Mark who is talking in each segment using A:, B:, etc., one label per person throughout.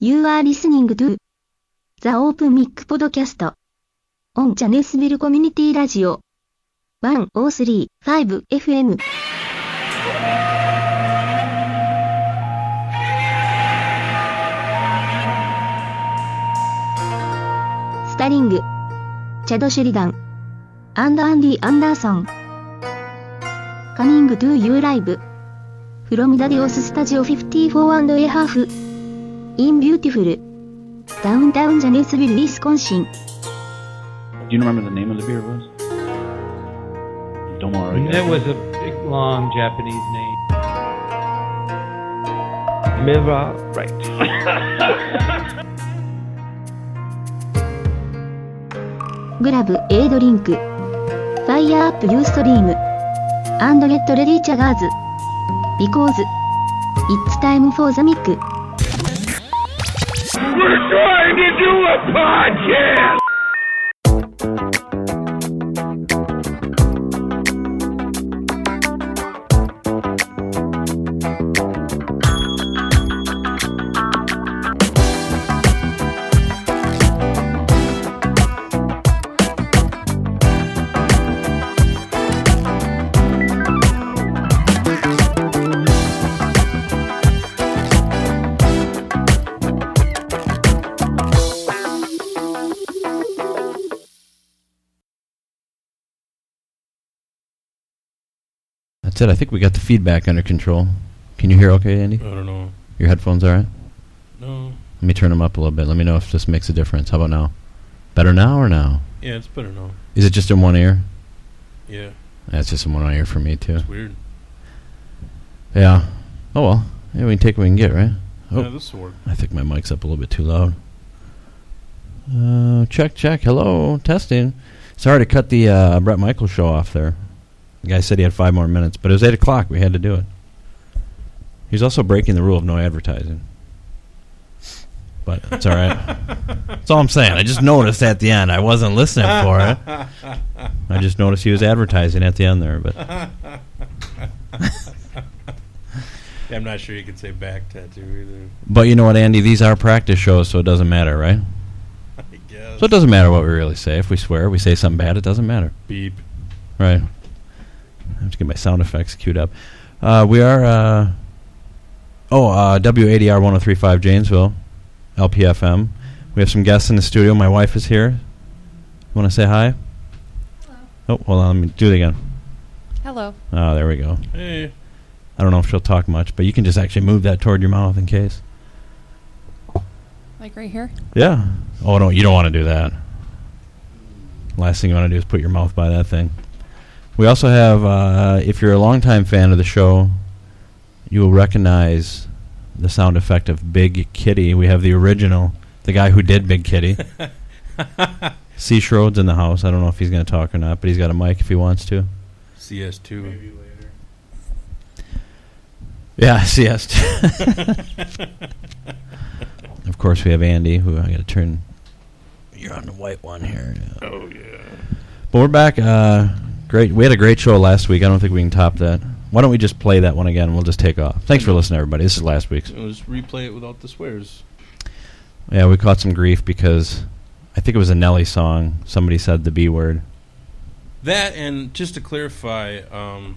A: You are listening to The Open Mic Podcast on Janesville Community Radio 103.5FM スタリングチャド・シェリダンアンド・アンディ・アンダーソンカミング・トゥ・ユー・ライブ from the Dios Studio 54 and a half in beautiful downtown Janesville, Wisconsin.
B: Do you remember the name of the beer was?
C: Oh,
B: Domaro.
D: It was a big, long Japanese name. Mira, right.
A: Grab a drink. Fire up your stream. And get ready chuggers. Because it's time for the mic.
E: We're trying to do a podcast!
F: That's it. I think we got the feedback under control. Can you hear okay, Andy?
G: I don't know.
F: Your headphones all right?
G: No.
F: Let me turn them up a little bit. Let me know if this makes a difference. How about now? Better now or now?
G: Yeah, it's better now.
F: Is it just in one ear?
G: Yeah,
F: That's just in one ear for me too.
G: it's weird.
F: Yeah. Oh well. Yeah, we can take what we can get, right? Oh.
G: Yeah, this will work.
F: I think my mic's up a little bit too loud. Uh, check, check. Hello, testing. Sorry to cut the uh, Brett Michaels show off there. The guy said he had five more minutes, but it was eight o'clock. We had to do it. He's also breaking the rule of no advertising. But it's all right. That's all I'm saying. I just noticed at the end. I wasn't listening for it. I just noticed he was advertising at the end there. But
G: Yeah, I'm not sure you could say back tattoo
F: but you know what, Andy? These are practice shows, so it doesn't matter, right?
G: either. I guess.
F: So it doesn't matter what we really say. If we swear, we say something bad, it doesn't matter.
G: Beep.
F: Right. I have to get my sound effects queued up. Uh, we are. Uh, oh, uh, WADR 1035 Janesville, LPFM. We have some guests in the studio. My wife is here. Want to say hi? Hello. Oh, hold on. Let me do it again.
H: Hello.
F: Oh, there we go.
G: Hey.
F: I don't know if she'll talk much, but you can just actually move that toward your mouth in case.
H: Like right here?
F: Yeah. Oh no, you don't want to do that. Last thing you want to do is put your mouth by that thing. We also have, uh, if you're a longtime fan of the show, you will recognize the sound effect of Big Kitty. We have the original, the guy who did Big Kitty. C. Schroed's in the house. I don't know if he's going to talk or not, but he's got a mic if he wants to.
G: CS2.
F: Yeah, siesta. of course, we have Andy, who I got to turn. You're on the white one here. Oh yeah. But we're back. Uh, great. We had a great show last week. I don't think we can top that. Why don't we just play that one again? and We'll just take off. Thanks for listening, everybody. This is last week's.
G: It was replay it without the swears.
F: Yeah, we caught some grief because I think it was a Nelly song. Somebody said the B word.
G: That and just to clarify, um,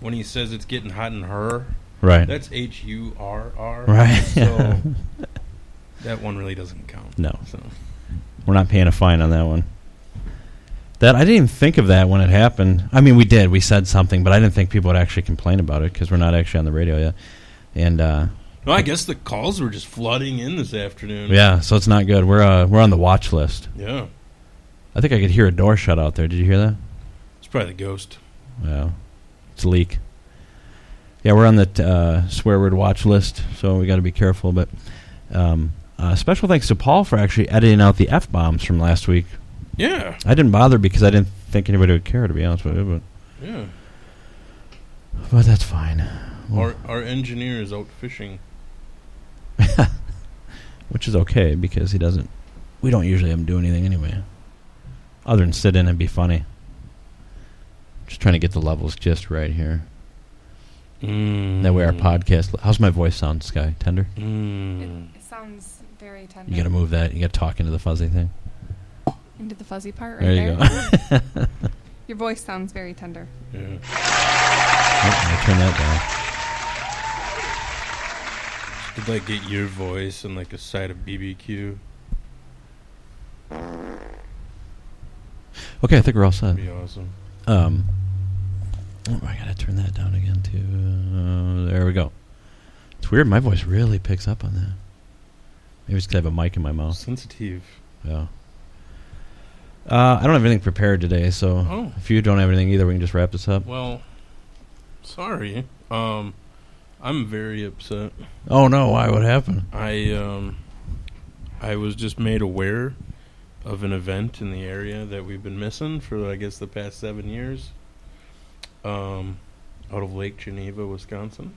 G: when he says it's getting hot in her,
F: Right.
G: that's H U R R.
F: Right.
G: So that one really doesn't count.
F: No.
G: So
F: We're not paying a fine on that one. That I didn't even think of that when it happened. I mean, we did. We said something, but I didn't think people would actually complain about it because we're not actually on the radio yet. And uh,
G: no, I guess the calls were just flooding in this afternoon.
F: yeah, so it's not good. We're uh, we're on the watch list.
G: Yeah.
F: I think I could hear a door shut out there. Did you hear that?
G: It's probably the ghost.
F: Yeah, it's a leak. Yeah, we're on the t- uh, swear word watch list, so we got to be careful. But um, uh, special thanks to Paul for actually editing out the f bombs from last week.
G: Yeah.
F: I didn't bother because I didn't think anybody would care, to be honest with you. But
G: Yeah.
F: But that's fine.
G: Our our engineer is out fishing.
F: Which is okay because he doesn't. We don't usually have him do anything anyway. Other than sit in and be funny. Just trying to get the levels just right here. Hmm.
H: Mm.
F: That way our podcast. How's my voice sound, Sky? Tender?
G: Mm.
H: It, it sounds sounds very tender.
F: You got to move that. You got to talk into the fuzzy thing.
H: into the fuzzy part right
F: There you
H: there.
F: go. Oh,
H: Your voice sounds very tender.
G: Yeah.
F: I turn that
G: Could like get your voice and like a side of BBQ.
F: down. Okay, I think we're all set.
G: That'd be awesome.
F: Um, oh, I gotta turn that down again too. Uh, there we go. It's weird. My voice really picks up on that. Maybe it's 'cause I have a mic in my mouth.
G: Sensitive.
F: Yeah. Uh, I don't have anything prepared today, so
G: Oh.
F: if you don't have anything either, we can just wrap this up.
G: Well, sorry. Um, I'm very upset.
F: Oh no! Why? What happened?
G: I um, I was just made aware of an event in the area that we've been missing for I guess the past seven years. Um, out of Lake Geneva, Wisconsin.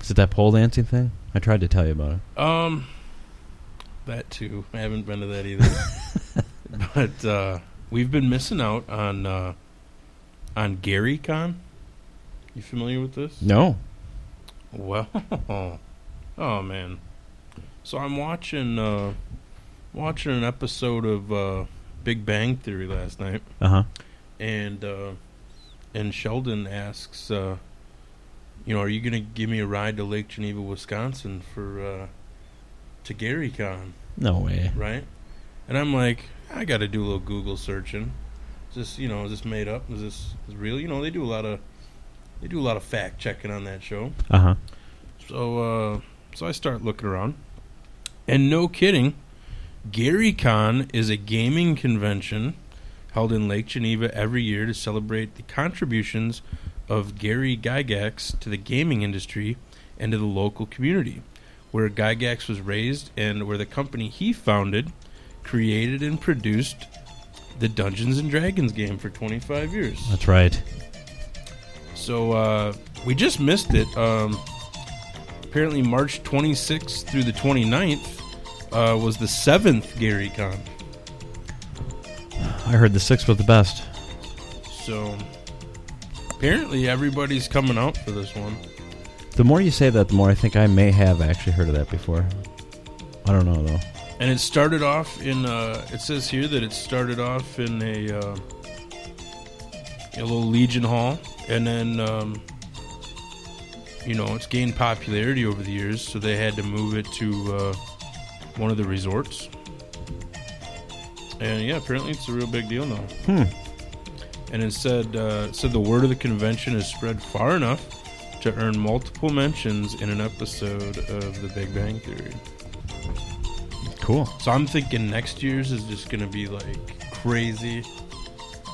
F: Is it that pole dancing thing? I tried to tell you about it.
G: Um, that too. I haven't been to that either. but uh, we've been missing out on uh, on GaryCon. You familiar with this?
F: No.
G: Well, oh man. So I'm watching uh, watching an episode of uh, Big Bang Theory last night,
F: Uh huh.
G: and uh, and Sheldon asks, uh, you know, are you gonna give me a ride to Lake Geneva, Wisconsin for uh, to GaryCon?
F: No way.
G: right? And I'm like, I got to do a little Google searching. Is this, you know, is this made up? Is this is real? You know, they do a lot of they do a lot of fact checking on that show.
F: Uh huh.
G: So, uh, so I start looking around, and no kidding, GaryCon is a gaming convention held in Lake Geneva every year to celebrate the contributions of Gary Gygax to the gaming industry and to the local community, where Gygax was raised and where the company he founded created and produced the Dungeons and Dragons game for 25 years.
F: That's right.
G: So uh, we just missed it. Um, apparently, March 26th through the 29th uh, was the seventh GaryCon.
F: I heard the six was the best.
G: So apparently, everybody's coming out for this one.
F: The more you say that, the more I think I may have actually heard of that before. I don't know though.
G: And it started off in. Uh, it says here that it started off in a, uh, a little Legion Hall, and then um, you know it's gained popularity over the years, so they had to move it to uh, one of the resorts. And yeah, apparently it's a real big deal now.
F: Hmm.
G: And it said uh, it said the word of the convention has spread far enough to earn multiple mentions in an episode of The Big Bang Theory.
F: Cool.
G: So I'm thinking next year's is just gonna be like crazy.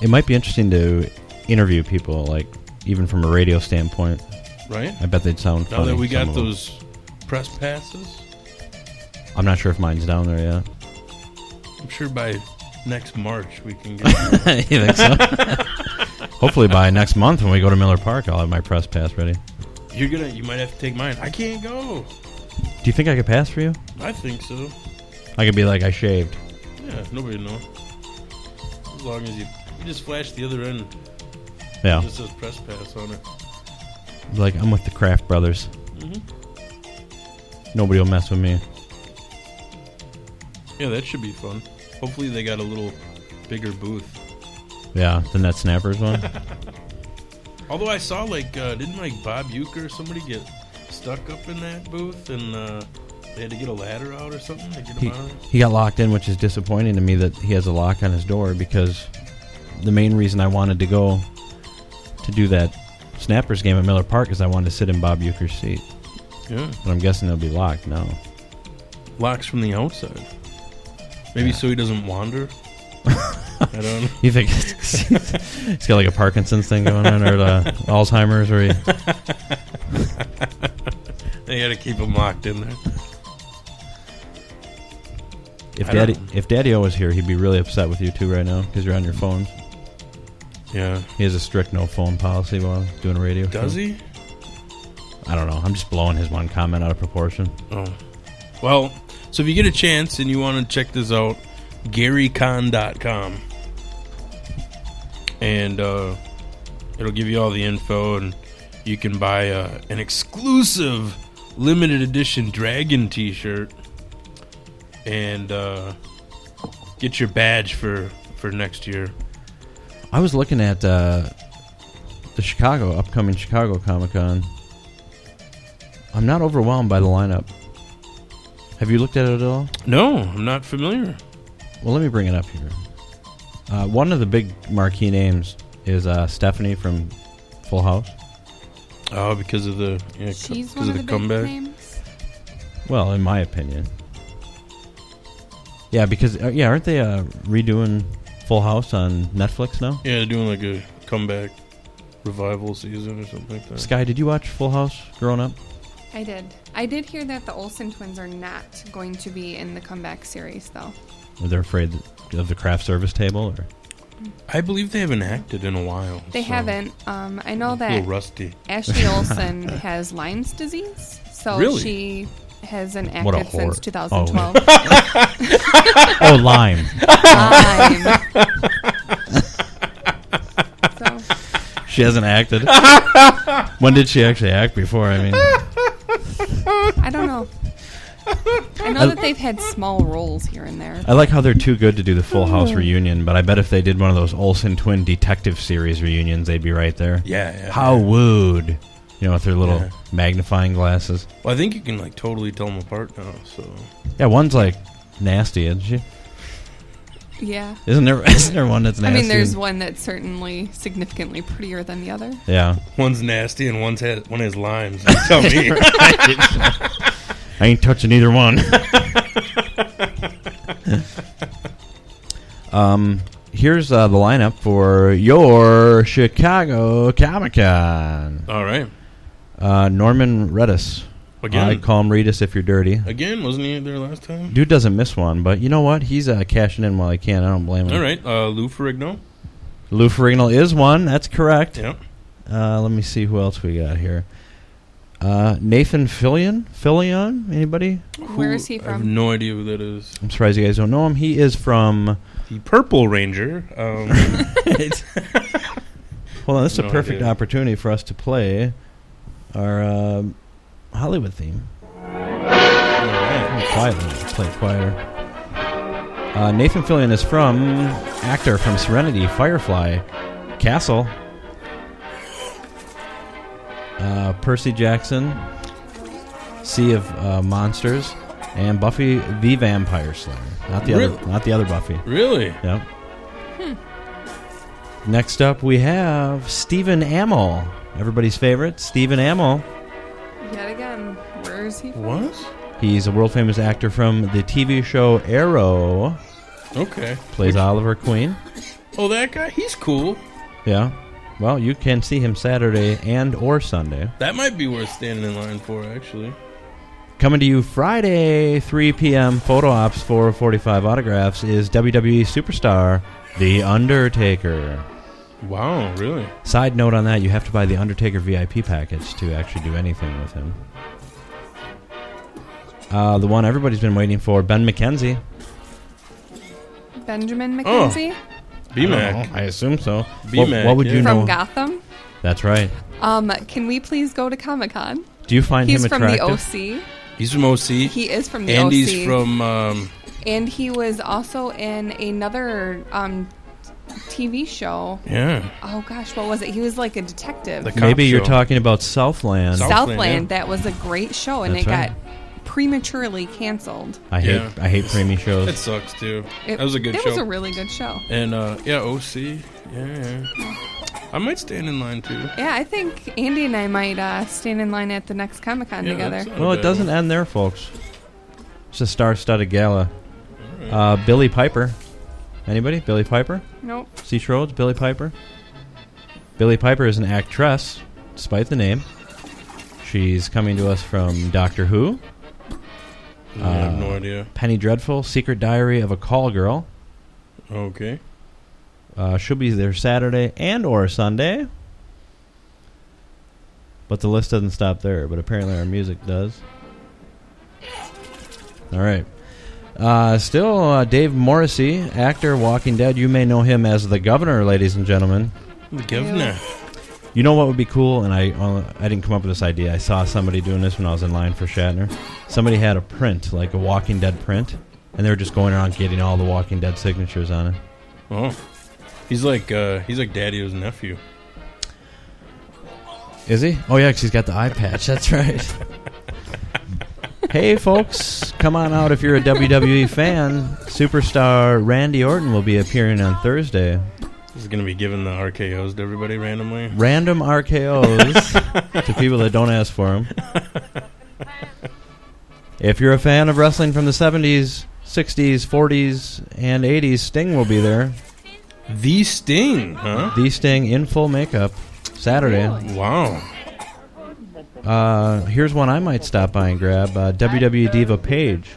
F: It might be interesting to interview people, like even from a radio standpoint.
G: Right?
F: I bet they'd sound
G: Now
F: funny.
G: that we
F: some
G: got
F: of them.
G: those press passes,
F: I'm not sure if mine's down there
G: I'm sure by next March we can get.
F: yet. you think so? Hopefully by next month when we go to Miller Park, I'll have my press pass ready. Do
G: You're gonna, you might have to take mine. I can't go.
F: you think I could pass for you?
G: I think so.
F: I could be like I shaved.
G: Yeah, nobody will know. As long as you, you just flash the other end. It
F: Yeah,
G: just says press pass on it.
F: like I'm with the Kraft brothers. Nobody will mess with me.
G: Yeah, that should be fun. Hopefully they got a little bigger booth.
F: Yeah, the Net Snappers one.
G: Although I saw like, uh, didn't like Bob Euchre or somebody get stuck up in that booth and uh, they had to get a ladder out or something to get him
F: he,
G: out? of it?
F: he got locked in, which is disappointing to me that he has a lock on his door because the main reason I wanted to go to do that snappers game at Miller Park is I wanted to sit in Bob Euchre's seat.
G: Yeah,
F: But I'm guessing they'll be locked now.
G: locks from the outside. Maybe so he doesn't wander. I don't. know.
F: You think he's got like a Parkinson's thing going on or uh, Alzheimer's or he,
G: They got to keep him locked in there.
F: if
G: I don't
F: Daddy if Daddy O was here, he'd be really upset with you too right now because you're on your phones.
G: Yeah.
F: He has a strict no phone policy while doing a radio.
G: Does
F: show.
G: he?
F: I don't know. I'm just blowing his one comment out of proportion.
G: Oh. Well, so if you get a chance and you want to check this out, GaryCon.com. And uh, it'll give you all the info, and you can buy uh, an exclusive limited edition dragon t shirt and uh, get your badge for for next year.
F: I was looking at uh, the Chicago upcoming Chicago Comic Con. I'm not overwhelmed by the lineup. Have you looked at it at all?
G: No, I'm not familiar.
F: Well, let me bring it up here. Uh, one of the big marquee names is uh, Stephanie from Full House.
G: Oh, because of the yeah, co-
H: She's
G: because
H: one
G: of
H: of
G: the
H: the big
G: comeback.
H: names.
F: Well, in my opinion. Yeah, because uh, yeah, aren't they uh, redoing Full House on Netflix now?
G: Yeah, they're doing like a comeback revival season or something like that.
F: Sky, did you watch Full House growing up?
H: I did. I did hear that the Olsen twins are not going to be in the comeback series, though.
F: Or they're afraid of the craft service table, or
G: I believe they haven't acted in a while.
H: They
G: so
H: haven't. Um, I know
G: I'm A
H: that
G: little rusty.
H: Ashley Olsen has Lyme's disease, so
G: Really?
H: she hasn't
F: What a
H: acted since
F: whore.
H: 2012.
F: oh, lime.
H: Lyme. so,
F: She hasn't acted. when did she actually act before? I mean,
H: I don't know. I know that they've had small roles here and there.
F: I like how they're too good to do the Full House reunion, but I bet if they did one of those Olsen twin detective series reunions, they'd be right there.
G: Yeah, yeah.
F: How wooed, you know, with their little
G: Yeah.
F: magnifying glasses.
G: Well, I think you can like totally tell them apart now. So
F: Yeah, one's like nasty, isn't she?
H: Yeah.
F: Isn't there? Isn't there one that's
H: I
F: nasty?
H: mean, there's
F: and-
H: one that's certainly significantly prettier than the other.
F: Yeah,
G: one's nasty and one's has, one has limes. You tell me.
F: I ain't touching either one. um, here's uh, the lineup for your Chicago Comic Con.
G: All right.
F: Uh, Norman Redis.
G: Again.
F: I call him Redis if you're dirty.
G: Again, wasn't he there last time?
F: Dude doesn't miss one, but you know what? He's uh, cashing in while he can. I don't blame him.
G: All right. Uh, Lou Ferrigno.
F: Lou Ferrigno is one. That's correct.
G: Yeah.
F: Uh, let me see who else we got here. Uh, Nathan Fillion. Fillion? Anybody?
H: Where is he
G: I have
H: from?
G: no idea who that is.
F: I'm surprised you guys don't know him. He is from.
G: The Purple Ranger. Um,
F: Well, this is
G: No
F: a perfect
G: idea.
F: opportunity for us to play our um Hollywood theme.
G: all right.
F: Quietly, let's play it quieter. Uh, Nathan Fillion is from actor from Serenity, Firefly, Castle, uh, Percy Jackson, Sea of uh, Monsters, and Buffy the Vampire Slayer. Not the
G: Really?
F: other, not the other Buffy.
G: Really?
F: Yep. Next up, we have Stephen Amell, everybody's favorite, Stephen Amell.
H: Yet again, where is he from?
G: What?
F: He's a world famous actor from the TV show Arrow.
G: Okay.
F: Plays Oliver Queen.
G: Oh, that guy. He's cool.
F: Yeah. Well, you can see him Saturday and or Sunday.
G: That might be worth standing in line for, actually.
F: Coming to you Friday, 3 p.m. Photo ops 445 autographs is WWE superstar The Undertaker.
G: Wow. Really?
F: Side note on that, you have to buy the Undertaker VIP package to actually do anything with him. Uh, the one everybody's been waiting for, Ben McKenzie. Oh,
H: Benjamin McKenzie
G: B-Mac.
F: Uh-huh. I assume so. What-
G: B-Mac,
F: what would
G: yeah.
F: you
H: from
F: know?
H: Gotham.
F: That's right.
H: Um, can we please go to Comic Con?
F: Do you find
H: He's
F: him
H: from
F: attractive?
H: the OC.
G: He's from OC.
H: He is from the
G: Andy's
H: OC.
G: from. Um,
H: and he was also in another um, TV show.
G: yeah.
H: Oh gosh, what was it? He was like a detective.
G: The cop
F: Maybe you're
G: show.
F: talking about Southland.
G: South-
H: Southland.
G: Southland,
H: That was a great show, and
F: That's
H: it
F: right.
H: got prematurely canceled.
F: I hate
G: Yeah.
F: I hate preemie shows.
G: That sucks too.
H: It,
G: that was a good
H: It
G: show.
H: was a really good show.
G: and uh, yeah, OC. Yeah, yeah. I might stand in line too.
H: Yeah, I think Andy and I might uh, stand in line at the next Comic Con
G: Yeah,
H: together.
G: that's not a
F: well, it
G: bad
F: doesn't
G: one.
F: end there, folks. It's a star-studded gala. Uh, Billy Piper. Anybody? Billy Piper?
H: Nope.
F: C. Rhodes? Billy Piper? Billy Piper is an actress, despite the name. She's coming to us from Doctor Who,
G: I have no idea.
F: Penny Dreadful, Secret Diary of a Call Girl.
G: Okay.
F: Uh, she'll be there Saturday and or Sunday. But the list doesn't stop there. But apparently our music does. All right. Uh, still, uh, Dave Morrissey, actor, Walking Dead. You may know him as the Governor, ladies and gentlemen.
G: The governor.
F: You know what would be cool, and I uh, I didn't come up with this idea. I saw somebody doing this when I was in line for Shatner. Somebody had a print, like a Walking Dead print, and they were just going around getting all the Walking Dead signatures on it.
G: Oh, he's like uh, he's like Daddy's nephew.
F: Is he? Oh yeah, 'cause he's got the eye patch. That's right. hey folks, come on out if you're a WWE fan. Superstar Randy Orton will be appearing on Thursday.
G: He's gonna be giving the RKO's to everybody randomly.
F: Random RKO's to people that don't ask for them. If you're a fan of wrestling from the 70s, 60s, 40s, and 80s, Sting will be there.
G: The Sting, huh?
F: The Sting in full makeup Saturday.
H: Really?
G: Wow.
F: Uh, here's one I might stop by and grab uh, WWE Diva Page.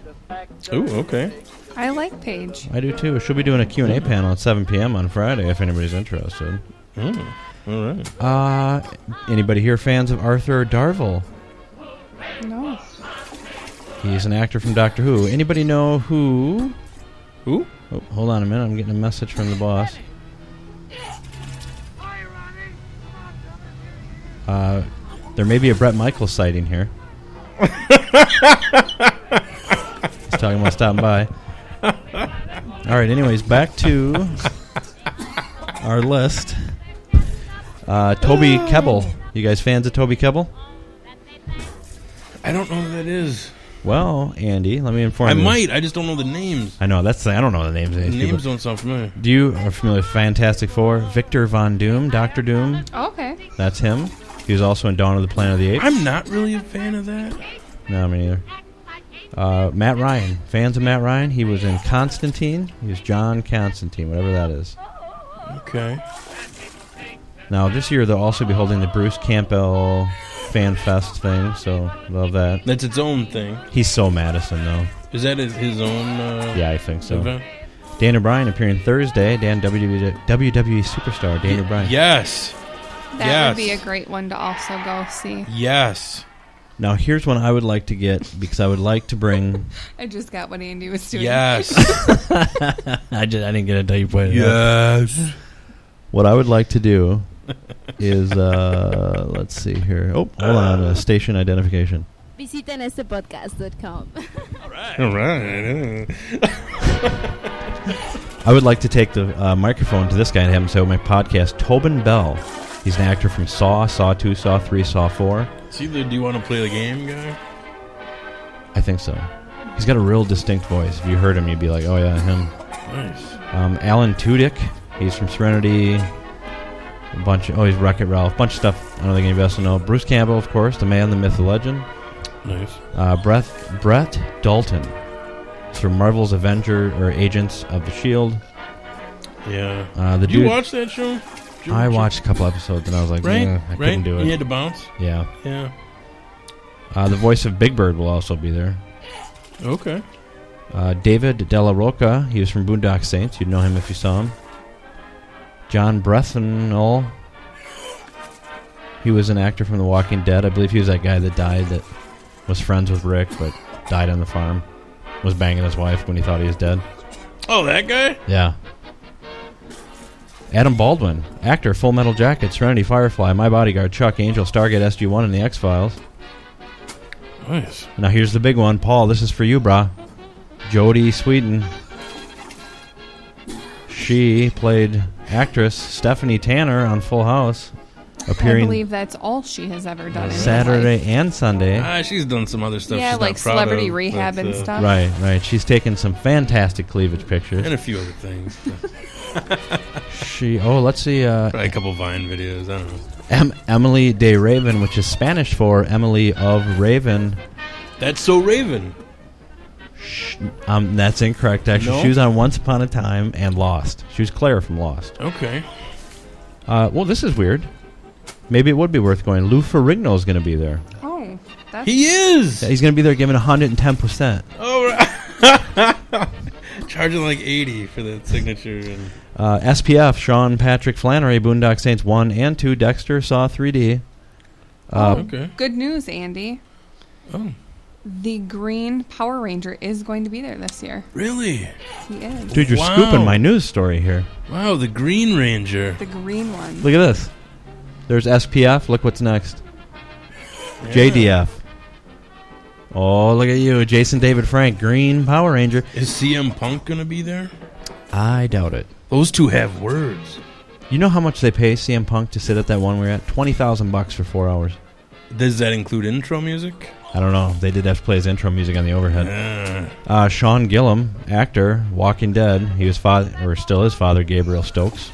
G: Ooh, okay.
H: I like Paige.
F: I do too. She'll be doing a Q&A panel at 7 p.m. on Friday if anybody's interested.
G: Mm, all right.
F: Uh, anybody here fans of Arthur Darvill?
H: No.
F: He's an actor from Doctor Who. Anybody know who?
G: Who?
F: Oh, hold on a minute. I'm getting a message from the boss. Uh, there may be a Brett Michaels sighting here. He's talking about stopping by. All right. Anyways, back to our list. Uh, Toby Kebbell. You guys fans of Toby Kebbell?
G: I don't know who that is.
F: Well, Andy, let me inform
G: I
F: you.
G: might. I just don't know the names.
F: I know that's. the- I don't know the names of these people.
G: Names don't sound familiar.
F: Do you are familiar with Fantastic Four? Victor Von Doom, Doctor Doom,
H: Okay.
F: that's him. He was also in Dawn of the Planet of the Apes.
G: I'm not really a fan of that.
F: No, me neither. Uh, Matt Ryan, fans of Matt Ryan. He was in Constantine. He was John Constantine, whatever that is.
G: Okay.
F: Now this year they'll also be holding the Bruce Campbell Fan Fest thing, so love that.
G: That's its own thing.
F: He's so Madison though.
G: Is that his, his own uh,
F: Yeah, I think so.
G: event?
F: Dan O'Brien appearing Thursday. Dan WWE WWE superstar Dan O'Brien.
G: Yes.
H: That
G: Yes.
H: would be a great one to also go see.
G: Yes.
F: Now here's one I would like to get because I would like to bring
H: I just got what Andy was doing.
G: Yes.
F: I just I didn't get it until you pointed it out.
G: yes.
F: What I would like to do is uh let's see here. Oh, hold on, uh, station identification.
I: Visiten estepodcast.com.
G: All right.
F: I would like to take the uh, microphone to this guy and have him say my podcast, Tobin Bell. He's an actor from Saw, Saw Two, Saw Three, Saw Four.
G: See the do you want to play the game guy?
F: I think so. He's got a real distinct voice. If you heard him, you'd be like, oh yeah, him.
G: Nice.
F: Um, Alan Tudyk. He's from Serenity. A bunch. Of, oh, he's Wreck-It Ralph. Bunch of stuff. I don't think anybody else will know. Bruce Campbell, of course, the man, the myth, the legend.
G: Nice.
F: Uh, Brett, Brett Dalton. It's from Marvel's Avenger or Agents of the Shield.
G: Yeah.
F: E Uh, the
G: Did you
F: dude
G: watch that show? Did you
F: I
G: watch it?
F: watched a couple episodes and I was like,
G: Right.
F: "Eh, I
G: right.
F: couldn't do
G: You
F: it.
G: had to bounce.
F: Yeah.
G: Yeah.
F: Uh, the voice of Big Bird will also be there.
G: Okay.
F: Uh, David De La Roca. He was from Boondock Saints. You'd know him if you saw him. John Brethenol. He was an actor from The Walking Dead. I believe he was that guy that died that was friends with Rick but died on the farm. Was banging his wife when he thought he was dead.
G: Oh, that guy.
F: Yeah. Adam Baldwin, actor, Full Metal Jacket, Serenity, Firefly, My Bodyguard, Chuck, Angel, Stargate, SG-1, and The X-Files.
G: Nice.
F: Now here's the big one, Paul. This is for you, brah. Jodie Sweden. She played actress Stephanie Tanner on Full House,
H: I
F: appearing
H: believe that's all she has ever done. in her life.
F: Saturday and Sunday.
G: Ah, she's done some other stuff.
H: Yeah,
G: she's
H: like
G: not proud
H: celebrity
G: of,
H: rehab
G: but,
H: and
G: uh,
H: stuff.
F: Right, right. She's taken some fantastic cleavage pictures.
G: and a few other things.
F: She, oh, let's see, uh,
G: Probably a couple Vine videos. I don't know.
F: em- Emily de Raven, which is Spanish for Emily of Raven.
G: That's so Raven.
F: Um, that's incorrect. Actually,
G: No?
F: she was on Once Upon a Time and Lost. She was Claire from Lost.
G: Okay.
F: Uh, well, this is weird. Maybe it would be worth going. Lou Ferrigno is going to be there.
H: Oh, that's
G: He is.
F: He's going to be there giving 110%.
G: All right. Charging like eighty for the signature. And
F: Uh, SPF, Sean Patrick Flannery, Boondock Saints 1 and 2, Dexter, Saw 3D. Uh,
G: okay.
H: good news, Andy.
G: Oh,
H: The Green Power Ranger is going to be there this year.
G: really?
H: He is.
F: Dude, you're
G: Wow.
F: scooping my news story here.
G: Wow, the Green Ranger.
H: The green one.
F: Look at this. There's SPF. Look what's next. JDF. Oh, look at you, Jason David Frank, Green Power Ranger.
G: Is CM Punk going to be there?
F: I doubt it.
G: Those two have words.
F: You know how much they pay CM Punk to sit at that one we we're at? Twenty thousand bucks for four hours.
G: Does that include intro music?
F: I don't know. They did have to play his intro music on the overhead.
G: Uh,
F: Uh, Sean Gillum, actor, Walking Dead. He was father, or still is father, Gabriel Stokes.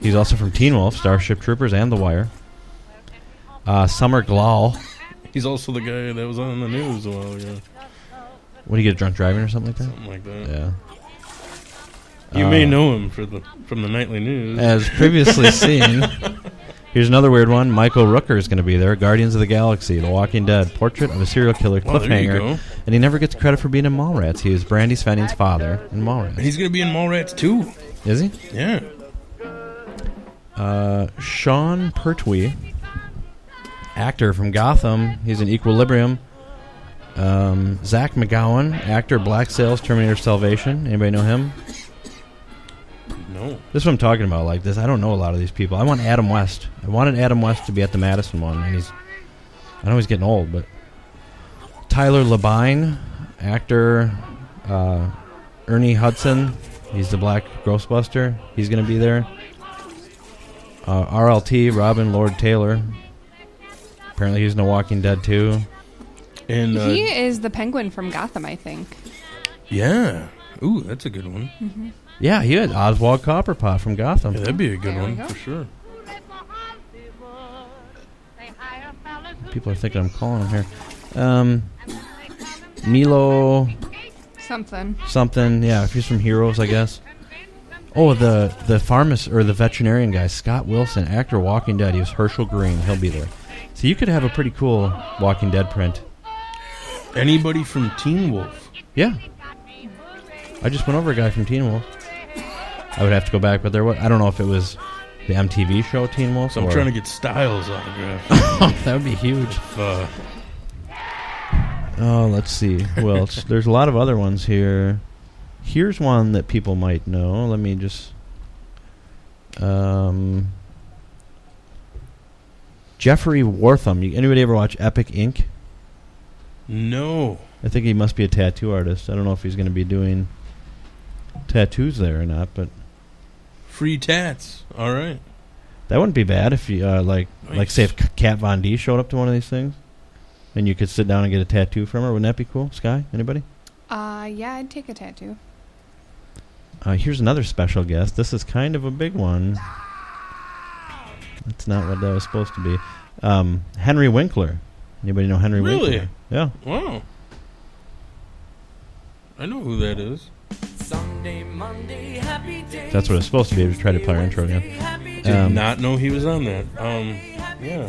F: He's also from Teen Wolf, Starship Troopers, and The Wire. Uh, Summer Glau.
G: he's also the guy that was on the news a while ago.
F: What do you get, drunk driving or something like that?
G: Something like that.
F: Yeah.
G: You may
F: Uh,
G: know him for the from the nightly news.
F: As previously seen, here's another weird one. Michael Rooker is going to be there. Guardians of the Galaxy, The Walking Dead, Portrait of a Serial Killer,
G: Well, there you
F: Cliffhanger,
G: go.
F: and he never gets credit for being in Mallrats. He was Brandy Svening's father in
G: And
F: Mallrats.
G: he's going to be in Mallrats too.
F: Is he?
G: Yeah.
F: Uh, Sean Pertwee, actor from Gotham. He's in Equilibrium. Um, Zach McGowan, actor, Black Sails, Terminator Salvation. Anybody know him?
G: No.
F: This is what I'm talking about. Like this, I don't know a lot of these people. I want Adam West. I wanted Adam West to be at the Madison one, and he's. I know he's getting old, but Tyler Labine, actor, uh, Ernie Hudson, he's the Black Ghostbuster. He's going to be there. Uh, RLT Robin Lord Taylor. Apparently, he's in The Walking Dead too.
G: And uh,
H: he is the penguin from Gotham, I think.
G: yeah. Ooh, that's a good one.
F: Yeah, he had Oswald Copperpot from Gotham.
G: Yeah, that'd be a good
H: There we
G: one
H: go.
G: for sure.
F: People are thinking I'm calling him here. Um, Milo
H: Something.
F: something. Yeah, if he's from Heroes, I guess. Oh, the the pharmacist or the veterinarian guy, Scott Wilson, actor, Walking Dead. He was Herschel Green. He'll be there. So you could have a pretty cool Walking Dead print.
G: Anybody from Teen Wolf?
F: Yeah. I just went over a guy from Teen Wolf. I would have to go back, but there was I don't know if it was the MTV show Teen Wolf.
G: So I'm
F: or-
G: trying to get Styles autograph.
F: that would be huge.
G: uh,
F: Oh, let's see. Who else? There's a lot of other ones here. Here's one that people might know. Let me just. Um, Jeffrey Wartham. You, anybody ever watch Epic Inc?
G: no.
F: I think he must be a tattoo artist. I don't know if he's going to be doing tattoos there or not, but
G: Free tats. All right.
F: that wouldn't be bad if you uh, like, like say if
G: Nice.
F: C- Kat Von D showed up to one of these things, and you could sit down and get a tattoo from her. Wouldn't that be cool, Sky? Anybody?
H: Uh, yeah, I'd take a tattoo.
F: Uh, here's another special guest. This is kind of a big one. That's not what that was supposed to be. Um, Henry Winkler. Anybody know Henry
G: Really?
F: Winkler? Yeah.
G: Wow. I know who that is.
F: That's what it's supposed to be. Just try to play our intro again.
G: Did
F: Um,
G: not know he was on that. Um, yeah.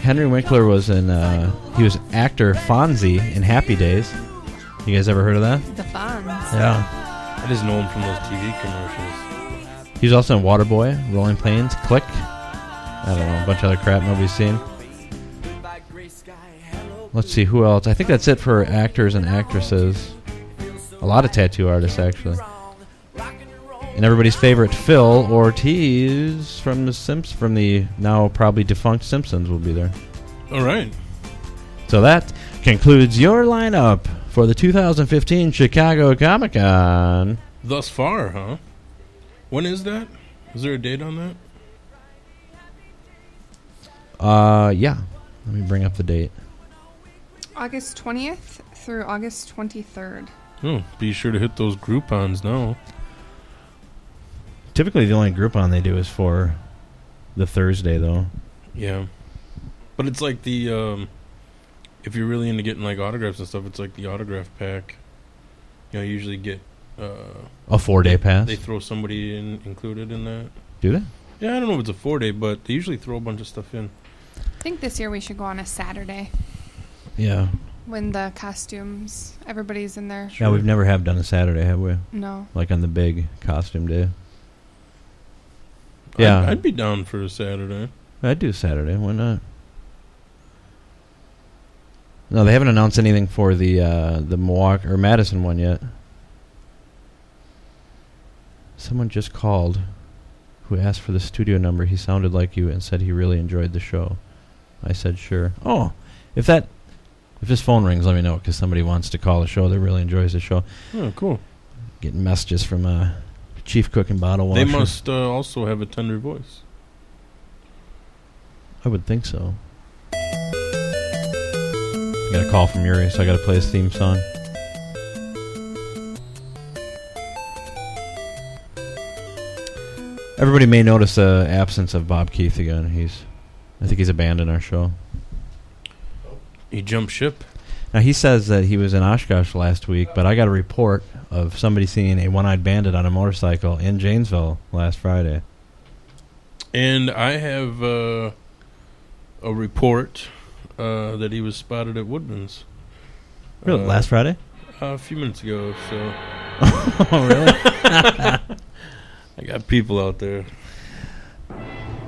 F: Henry Winkler was an uh, he was actor Fonzie in Happy Days. You guys ever heard of that?
H: The Fonz.
F: Yeah.
G: I just know him from those TV commercials.
F: He's also in Waterboy, Rolling Plains, Click. I don't know, a bunch of other crap nobody's seen. Let's see who else. I think that's it for actors and actresses. A lot of tattoo artists actually. And everybody's favorite Phil Ortiz from the Simps from the now probably defunct Simpsons will be there.
G: All right.
F: So that concludes your lineup for the 2015 Chicago Comic Con.
G: Thus far, huh? When is that? Is there a date on that?
F: Uh yeah. Let me bring up the date.
H: August 20th through August 23rd.
G: Oh, be sure to hit those Groupons now.
F: Typically, the only Groupon they do is for the Thursday, though.
G: Yeah. But it's like the um if you're really into getting like autographs and stuff, it's like the autograph pack. You know, you usually get uh
F: A four-day pass.
G: they throw somebody in included in that.
F: do they?
G: Yeah, I don't know if it's a four day, but they usually throw a bunch of stuff in.
H: I think this year we should go on a Saturday
F: Yeah.
H: when the costumes, everybody's in there.
F: Now we've never have done a Saturday, have we?
H: No.
F: Like on the big costume day. Yeah.
G: I'd, I'd be down for a Saturday.
F: I'd do Saturday. Why not? No, they haven't announced anything for the uh, the Milwaukee or Madison one yet. Someone just called, who asked for the studio number. He sounded like you and said he really enjoyed the show. I said sure. Oh, if that If his phone rings, let me know because somebody wants to call the show that really enjoys the show.
G: Oh, cool.
F: Getting messages from uh, Chief Cook and Bottle Washer.
G: They must uh, also have a tender voice.
F: I would think so. I got a call from Yuri, so I got to play his theme song. Everybody may notice the absence of Bob Keith again. He's, I think he's abandoned our show.
G: He jumped ship.
F: Now he says that he was in Oshkosh last week, but I got a report of somebody seeing a one-eyed bandit on a motorcycle in Janesville last Friday.
G: And I have uh, a report uh, that he was spotted at Woodman's.
F: Really,
G: Uh,
F: last Friday?
G: a few minutes ago, so
F: oh, really?
G: I got people out there.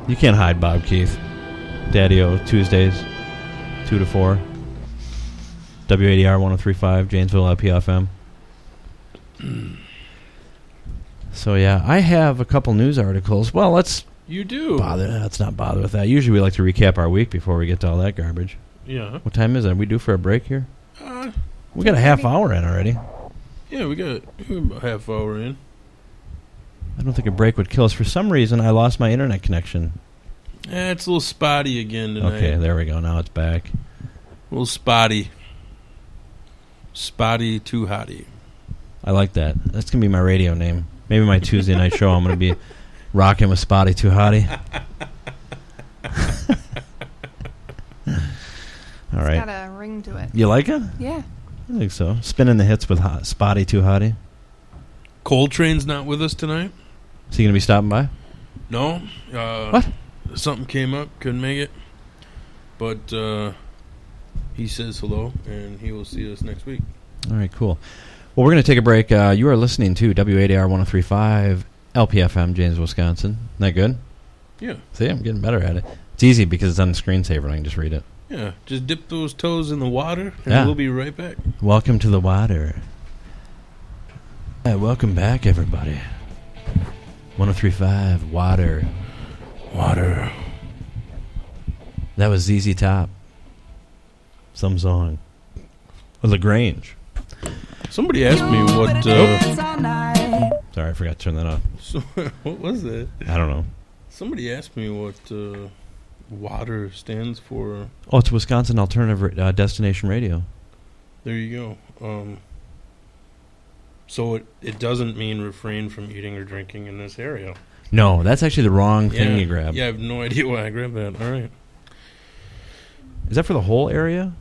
F: You can't hide Bob Keith. Daddy O, Tuesdays, 2 to 4. WADR 1035, Janesville LPFM. so, yeah, I have a couple news articles. Well, let's
G: You do.
F: bother. Let's not bother with that. Usually we like to recap our week before we get to all that garbage.
G: Yeah.
F: What time is it? Are we due for a break here?
G: Uh,
F: We got a half hour in already.
G: yeah, we got we're about half hour in.
F: I don't think a break would kill us. For some reason, I lost my internet connection.
G: Eh, it's a little spotty again tonight.
F: Okay, there we go. Now it's back.
G: A little spotty. Spotty too hotty.
F: I like that. That's gonna be my radio name. Maybe my Tuesday night show. I'm gonna be rocking with Spotty Too Hottie. All
H: It's
F: right.
H: got a ring to it.
F: You like it?
H: Yeah.
F: I think so. Spinning the hits with hot, Spotty Too Hottie.
G: Coltrane's not with us tonight.
F: Is he gonna be stopping by?
G: No. Uh,
F: What?
G: Something came up, couldn't make it. But uh, he says hello, and he will see us next week.
F: All right, cool. Well, we're gonna take a break. Uh, you are listening to WADR 103.5 LPFM, James, Wisconsin. Isn't that good?
G: Yeah.
F: See, I'm getting better at it. It's easy because it's on the screensaver. and I can just read it.
G: Yeah. Just dip those toes in the water, and
F: Yeah.
G: we'll be right back.
F: Welcome to the water. Hi, welcome back, everybody. 1035 Water.
G: Water.
F: That was ZZ Top. Some song. Or Oh, LaGrange.
G: Somebody asked me what. Uh,
F: Sorry, I forgot to turn that off.
G: so, what was it?
F: I don't know.
G: Somebody asked me what uh, water stands for.
F: Oh, it's Wisconsin Alternative Ra- uh, Destination Radio.
G: There you go. Um, so it, it doesn't mean refrain from eating or drinking in this area.
F: No, that's actually the wrong
G: yeah.
F: thing you grabbed.
G: Yeah, I have no idea why I grabbed that. All right.
F: Is that for the whole area?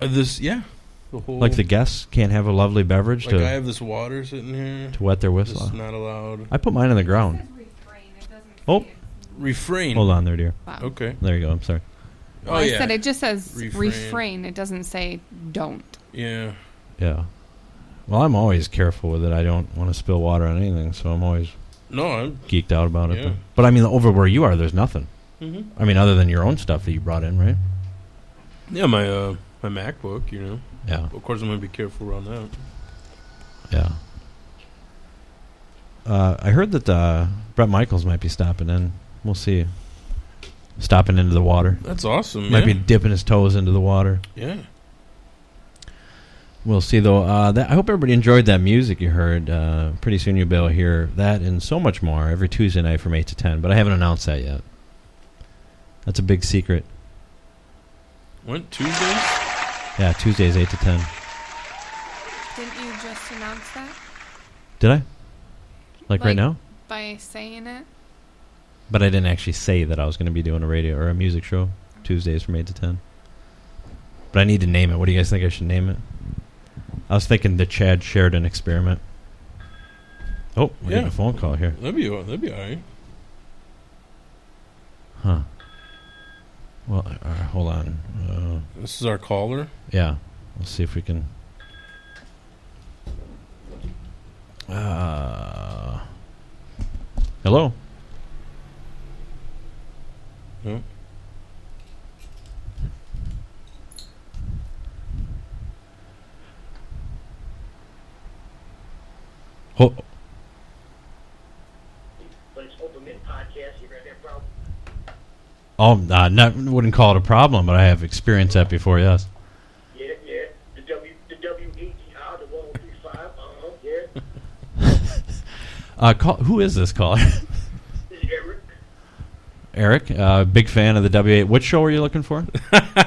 G: Uh, this, yeah. The whole,
F: Like the guests can't have a lovely beverage
G: like I
F: to,
G: have this water sitting here.
F: to wet their
G: This
F: whistle?
G: is
F: on?
G: not allowed.
F: I put mine on the ground. Oh,
G: Refrain.
F: hold on there, dear.
G: Okay.
F: There you go. I'm sorry.
G: Oh,
H: I
G: yeah.
H: said it just says
G: Refrain.
H: refrain. It doesn't say don't.
G: Yeah.
F: Yeah. Well, I'm always careful with it. I don't want to spill water on anything, so I'm always
G: No, I'm.
F: geeked out about it.
G: Yeah.
F: But I mean, over where you are, there's nothing.
G: mhm.
H: Mm-hmm.
F: I mean, other than your own stuff that you brought in, right?
G: Yeah, my uh, my MacBook, you know.
F: Yeah.
G: Of course, I'm going to be careful around that.
F: Yeah. Uh, I heard that uh, Brett Michaels might be stopping in. We'll see. Stopping into the water.
G: That's awesome.
F: Might
G: yeah.
F: be dipping his toes into the water.
G: Yeah.
F: We'll see, though. Uh, that, I hope everybody enjoyed that music you heard. Uh, pretty soon you'll be able to hear that and so much more every Tuesday night from 8 to 10, but I haven't announced that yet. That's a big secret.
G: Went Tuesday?
F: Yeah, Tuesdays 8 to 10.
H: Didn't you just announce that
F: Did I? Like, right
H: Like-
F: now?
H: by saying it?
F: But I didn't actually say that I was going to be doing a radio or a music show Tuesdays from 8 to 10. But I need to name it. What do you guys think I should name it? I was thinking the Chad Sheridan experiment. Oh, we're getting
G: Yeah.
F: a phone call here.
G: That'd be, that'd be all right.
F: Huh. Well, uh, hold on. Uh,
G: This is our caller.
F: yeah, let's see if we can. Uh, hello.
G: No.
F: Ho-
E: But it's open mid podcast. You're gonna have problems.
F: Oh, uh, not wouldn't call it a problem, but I have experienced that before. Yes.
E: Yeah, yeah. The W, the W E E R, the one three five. Uh huh. Yeah.
F: Uh, call, who is this caller?
E: This is Eric.
F: Eric, uh, big fan of the W8. Which show were you looking for?
E: I'm looking for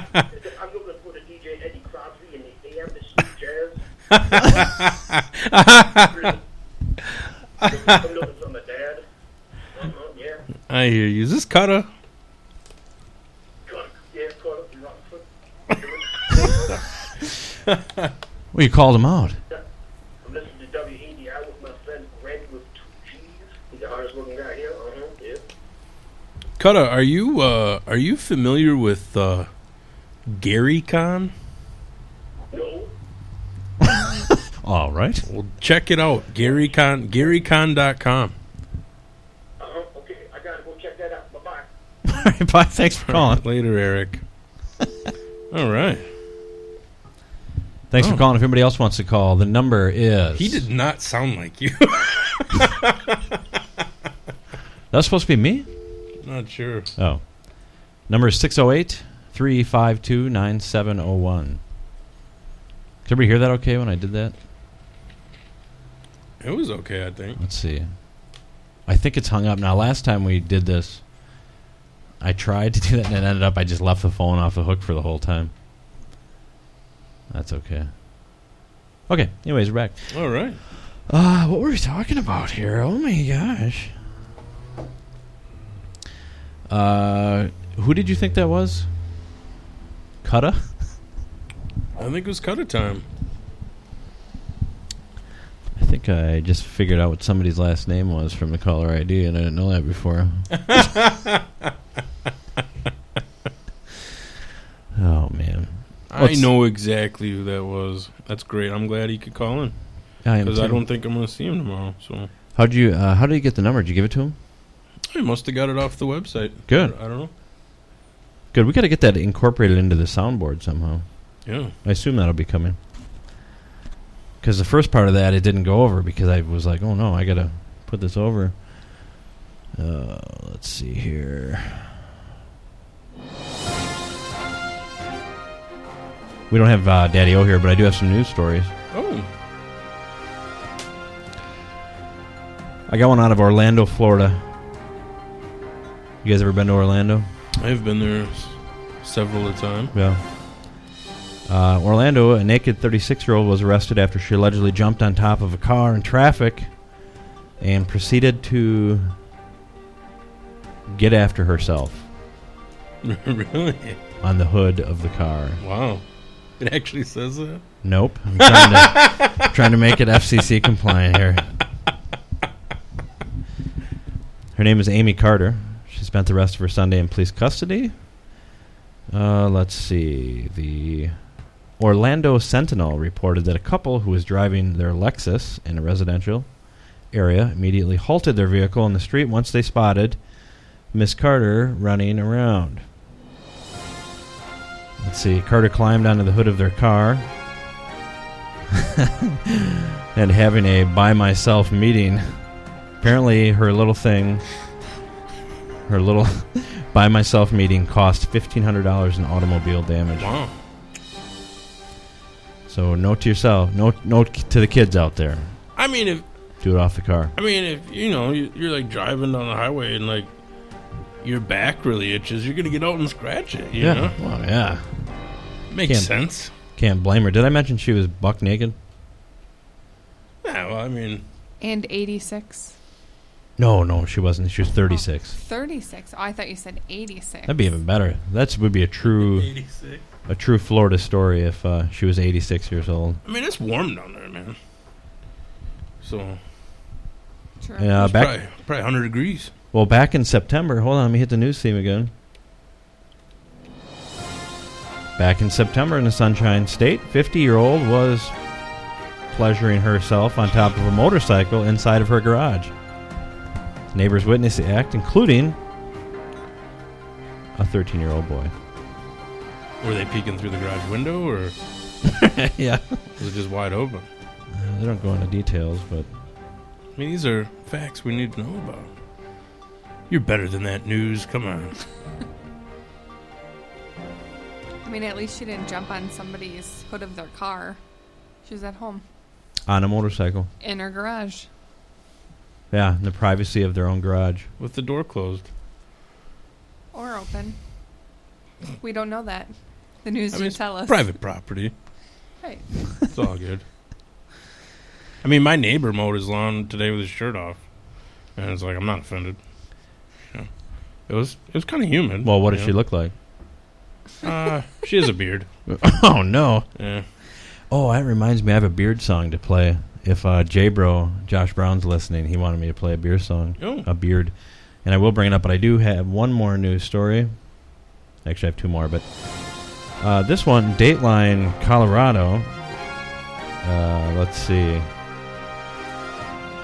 E: the DJ Eddie Crosby and the AM the Smooth Jazz. I'm looking for my dad. Uh huh. Yeah.
G: I hear you. Is this Cutter?
E: Cut. Yeah. Caught up in Rockford.
F: Well, you called him out.
E: I'm listening to W E E R with my friend Greg with two G's. He's the hardest looking guy here. Uh huh. Yeah.
G: Cutter, are you uh, are you familiar with uh, Gary Con?
E: No.
F: All right.
G: Well, check it out. Gary Con, GaryCon.com.
E: Uh huh. Okay. I gotta go check that out. Bye bye.
F: All right. Bye. Thanks for calling.
G: Later, Eric. All right.
F: Thanks
G: Oh.
F: for calling. If anybody else wants to call, the number is.
G: He did not sound like you.
F: That's supposed to be me.
G: not sure.
F: Oh. Number is 608 352 9701. Did everybody hear that okay when I did that?
G: It was okay, I think.
F: Let's see. I think it's hung up. Now, last time we did this, I tried to do that and it ended up I just left the phone off the hook for the whole time. That's okay. Okay, anyways, we're back.
G: All right.
F: Uh, what were we talking about here? Oh my gosh. Uh, who did you think that was? Kutta?
G: I think it was Cutter time.
F: I think I just figured out what somebody's last name was from the caller ID, and I didn't know that before. oh man,
G: I
F: What's-
G: know exactly who that was. That's great. I'm glad he could call in
F: I am.
G: because I
F: too.
G: don't think I'm going to see him tomorrow. So
F: How'd you? Uh, how did you get the number? Did you give it to him?
G: I must have got it off the website.
F: Good.
G: I don't know.
F: Good. We got to get that incorporated into the soundboard somehow.
G: Yeah.
F: I assume that'll be coming. Because the first part of that, it didn't go over because I was like, oh no, I gotta put this over. Uh, let's see here. We don't have uh, Daddy O here, but I do have some news stories.
G: Oh,
F: I got one out of Orlando, Florida. You guys ever been to Orlando?
G: I've been there s- several a time.
F: Yeah. Uh, Orlando, a naked 36 year old was arrested after she allegedly jumped on top of a car in traffic and proceeded to get after herself
G: really?
F: on the hood of the car.
G: Wow. It actually says that.
F: Nope. I'm trying to, trying to make it FCC compliant here. Her name is Amy Carter. She spent the rest of her Sunday in police custody. Uh, let's see. The Orlando Sentinel reported that a couple who was driving their Lexus in a residential area immediately halted their vehicle on the street once they spotted Miss Carter running around. Let's see. Carter climbed onto the hood of their car and having a by myself meeting. Apparently, her little thing, her little by myself meeting cost $1,500 in automobile damage.
G: Wow.
F: So, note to yourself, note, note to the kids out there
G: I mean, if
F: do it off the car.
G: I mean, if you know you- you're like driving down the highway and like your back really itches, you're gonna get out and scratch it. You know,
F: Well, yeah.
G: makes
F: Can't-
G: sense.
F: Can't blame her. Did I mention she was buck naked?
G: Yeah, well, I mean,
H: And 86.
F: No, no, she wasn't. She was 36.
H: 36. Oh, I thought you said 86.
F: That'd be even better. That would be a true,
G: eighty-six.
F: a true Florida story if uh, she was 86 years old.
G: I mean, it's warm down there, man. So
H: True.
F: Yeah,
G: it's
F: back
G: probably, probably 100 degrees.
F: Well, back in September, hold on, let me hit the news theme again. Back in September in the Sunshine State, 50 year old was pleasuring herself on top of a motorcycle inside of her garage. Neighbors witnessed the act, including a 13 year old boy.
G: Were they peeking through the garage window, or
F: yeah.
G: was it just wide open?
F: They Uh, don't go into details, but
G: I mean, these are facts we need to know about. You're better than that news. Come on.
H: I mean, at least she didn't jump on somebody's hood of their car. She was at home
F: on a motorcycle.
H: in her garage.
F: Yeah, in the privacy of their own garage.
G: with the door closed.
H: Or open. We don't know that. The news
G: I mean,
H: didn't
G: it's
H: tell us.
G: Private property.
H: Right.
G: It's all good. I mean, my neighbor mowed his lawn today with his shirt off, and it's like I'm not offended. You know, It was it was kind of humid.
F: Well, what
G: you
F: does
G: know?
F: she look like?
G: Uh, she has a beard.
F: oh no!
G: Yeah.
F: Oh, that reminds me, I have a beard song to play. If uh, J Bro Josh Brown's listening, he wanted me to play a beard song,
G: Oh.
F: a beard, and I will bring it up. But I do have one more news story. Actually, I have two more, but uh, this one, Dateline Colorado. Uh, let's see,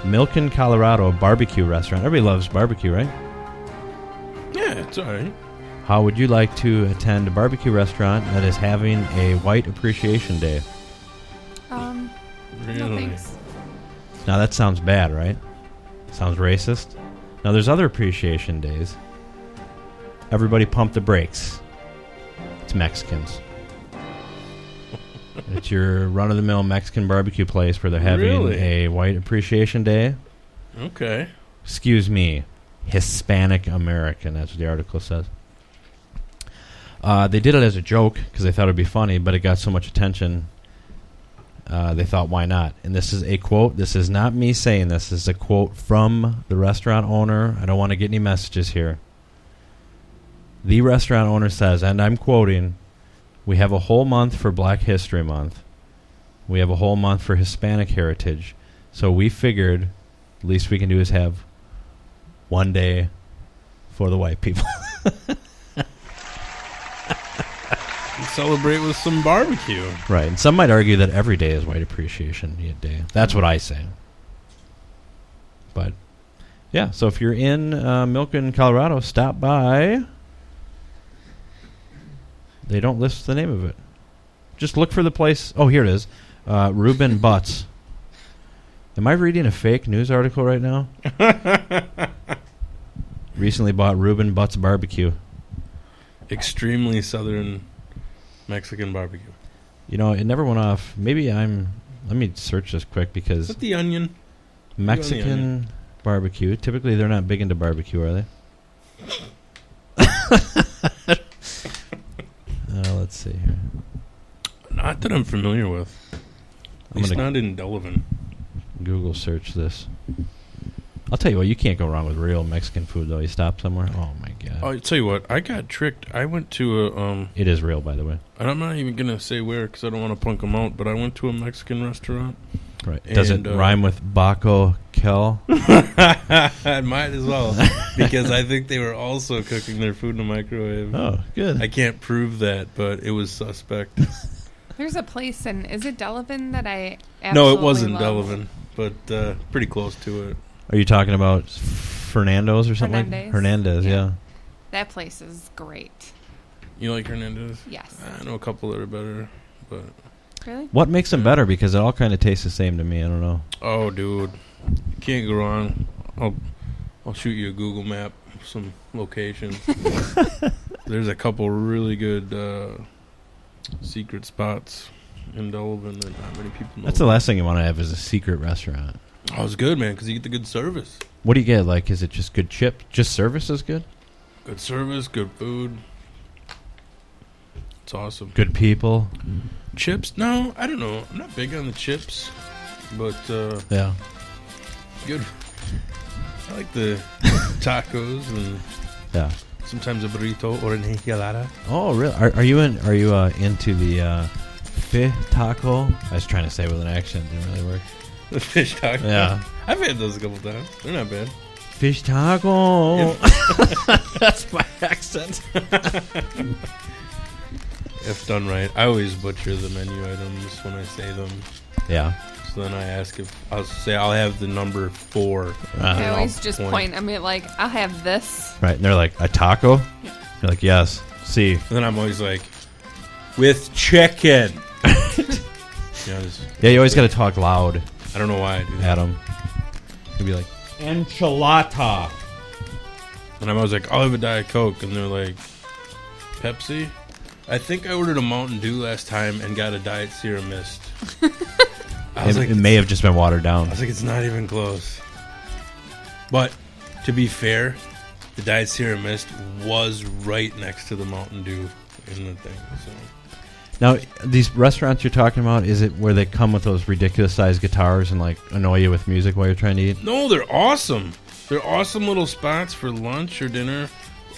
F: Milken, Colorado, a barbecue restaurant. Everybody loves barbecue, right? Oh.
G: Yeah, it's all right.
F: How would you like to attend a barbecue restaurant that is having a White Appreciation Day?
H: Um, no
G: Really.
H: thanks.
F: Now that sounds bad, right? Sounds racist. Now there's other appreciation days. Everybody pump the brakes. It's Mexicans. it's your run of the mill Mexican barbecue place where they're having
G: Really?
F: a white appreciation day.
G: Okay.
F: Excuse me, Hispanic American. That's what the article says. Uh, they did it as a joke because they thought it'd be funny, but it got so much attention. Uh, they thought, why not? And this is a quote. This is not me saying this. This is a quote from the restaurant owner. I don't want to get any messages here. The restaurant owner says, and I'm quoting, We have a whole month for Black History Month. We have a whole month for Hispanic Heritage. So we figured the least we can do is have one day for the white people.
G: Celebrate with some barbecue.
F: right. And some might argue that every day is white appreciation day. That's what I say. But yeah, so if you're in uh, Milken, Colorado, stop by. They don't list the name of it. Just look for the place. Oh, here it is. Uh, Reuben Butts. Am I reading a fake news article right now? Recently bought Reuben Butts Barbecue.
G: Extremely southern Mexican barbecue.
F: You know, it never went off. Maybe I'm. Let me search this quick
G: Is
F: because
G: that the onion?
F: Mexican barbecue. Typically, they're not big into barbecue, are they? uh, let's see here.
G: Not that I'm familiar with. At
F: I'm
G: least
F: gonna
G: not in Delavan.
F: Google search this. I'll tell you what, you can't go wrong with real Mexican food, though. You stop somewhere. Oh my god,
G: Oh, I tell you what, I got tricked. I went to a um,
F: it is real, by the way.
G: and I'm not even gonna say where because I don't want to punk them out. But I went to a Mexican restaurant.
F: Right? Does it
G: And, uh,
F: rhyme with Baco Kel?
G: I might as well because I think they were also cooking their food in the microwave.
F: oh, good.
G: I can't prove that, but it was suspect.
H: There's a place in is it Delavan that I
G: no,
H: absolutely
G: it wasn't
H: love?
G: Delavan, but uh, pretty close to it.
F: Are you talking about Fernando's or something? like-
H: Hernandez.
F: Hernandez,
H: Yeah.
F: yeah.
H: That place is great.
G: You like Hernandez?
H: Yes.
F: Uh,
G: I know a couple that are better, but
H: Really?
F: What makes them better? Because it all kind of tastes the same to me. I don't know.
G: oh, dude, you can't go wrong. I'll I'll shoot you a Google map of some locations. There's a couple really good uh, secret spots in Delavan that not many people know.
F: That's the last thing you want to have is a secret restaurant.
G: Oh, it's good, man, because you get the good service.
F: What do you get? Like, is it just good chip? Just service is good.
G: Good service, good food. It's awesome.
F: Good people.
G: Chips? No, I don't know. I'm not big on the chips, but uh,
F: Yeah.
G: good. I like the tacos and
F: Yeah.
G: sometimes a burrito or an enchilada.
F: Oh, really? Are, are you in? Are you uh, into the uh, fish taco? I was trying to say it with an accent. Didn't really work.
G: The fish tacos.
F: Yeah.
G: I've had those a couple times. They're not bad.
F: Fish taco. Oh. That's my accent.
G: If done right, I always butcher the menu items when I say them.
F: Yeah.
G: So then I ask if I'll say I'll have the number four.
H: I
F: Uh,
H: always
G: I'll
H: just
G: point.
H: point. I mean, like I'll have this.
F: right. And they're like a taco. You're like yes. See.
G: And then I'm always like, with chicken. You know, just-
F: Yeah. You always got to talk loud,
G: I don't know why I do that.
F: Adam. You'd be like,
G: Enchilada. And I'm always like, I'll have a Diet Coke. And they're like, Pepsi? I think I ordered a Mountain Dew last time and got a Diet Sierra Mist. I
F: It,
G: was like,
F: it may have just been watered
G: I
F: down.
G: was like, it's not even close. But to be fair, the Diet Sierra Mist was right next to the Mountain Dew in the thing. So
F: Now, these restaurants you're talking about, is it where they come with those ridiculous sized guitars and like annoy you with music while you're trying to eat?
G: no, they're awesome. They're awesome little spots for lunch or dinner.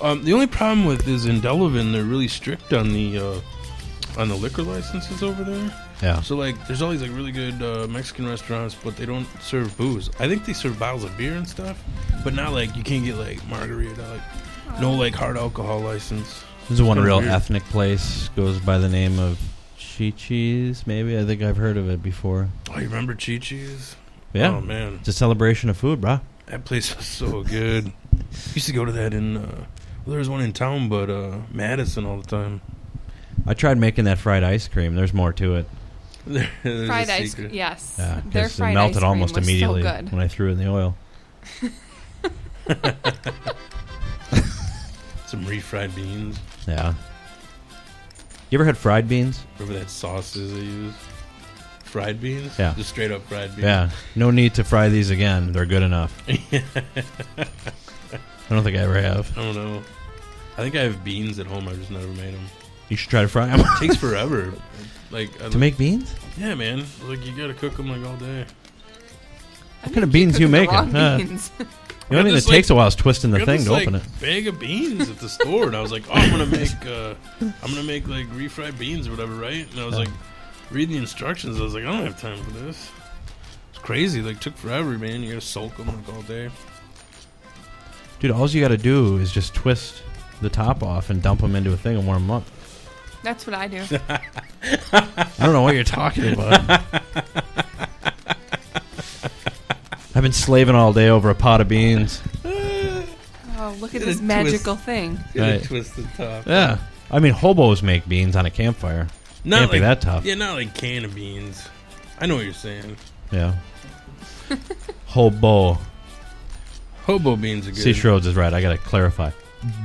G: Um, the only problem with is in Delavan, they're really strict on the uh, on the liquor licenses over there.
F: Yeah.
G: So like, there's all these like really good uh, Mexican restaurants, but they don't serve booze. I think they serve bottles of beer and stuff, but not like you can't get like margarita, like
H: Oh.
G: no like hard alcohol license.
F: There's one
G: Kinda
F: real
G: weird.
F: ethnic place goes by the name of Chi-Chi's, maybe. I think I've heard of it before.
G: Oh, you remember Chi Chi's?
F: Yeah.
G: Oh man,
F: It's a celebration of food, bruh.
G: that place was so good. Used to go to that in. Uh, well, there was one in town, but uh, Madison all the time.
F: I tried making that fried ice cream. There's more to it.
G: There's a
H: fried ice cream.
G: secret.
H: Yes.
F: Yeah,
H: Their
F: 'cause
H: fried
F: it melted
H: ice cream
F: almost
H: was
F: immediately
H: so good.
F: when I threw it in the oil.
G: Some refried beans.
F: Yeah. You ever had fried beans?
G: Remember that sauces they use? Fried beans.
F: Yeah.
G: Just straight up fried beans.
F: Yeah. No need to fry these again. They're good enough. I don't think I ever have.
G: I don't know. I think I have beans at home. I've just never made them.
F: You should try to fry them.
G: Takes forever. like I
F: to make beans?
G: Yeah, man. Like you gotta cook them like all day.
H: What
F: kind of beans you making? Huh.
H: beans.
F: The only thing that
G: this, like-
F: takes a while is twisting the
G: Got
F: thing
G: this,
F: to
G: like,
F: open it.
G: Bag of beans at the store, and I was like, "Oh, I'm gonna make, uh, I'm gonna make like refried beans or whatever, right?" And I was
F: Yeah.
G: like, reading the instructions, I was like, "I don't have time for this." It's crazy. Like, took forever, man. You gotta soak them like all day.
F: Dude, all you got to do is just twist the top off and dump them into a thing and warm them up.
H: That's what I do.
F: I don't know what you're talking about. I've been slaving all day over a pot of beans.
H: Oh, look at
G: Did a
H: this magical thing.
G: Gotta
F: Right.
G: twist the top.
F: Yeah. I mean, hobos make beans on a campfire.
G: Not
F: Can't
G: like
F: be that tough.
G: Yeah, not like can of beans. I know what you're saying.
F: Yeah. Hobo.
G: Hobo beans are good.
F: C. Schrodes is right. I got to clarify.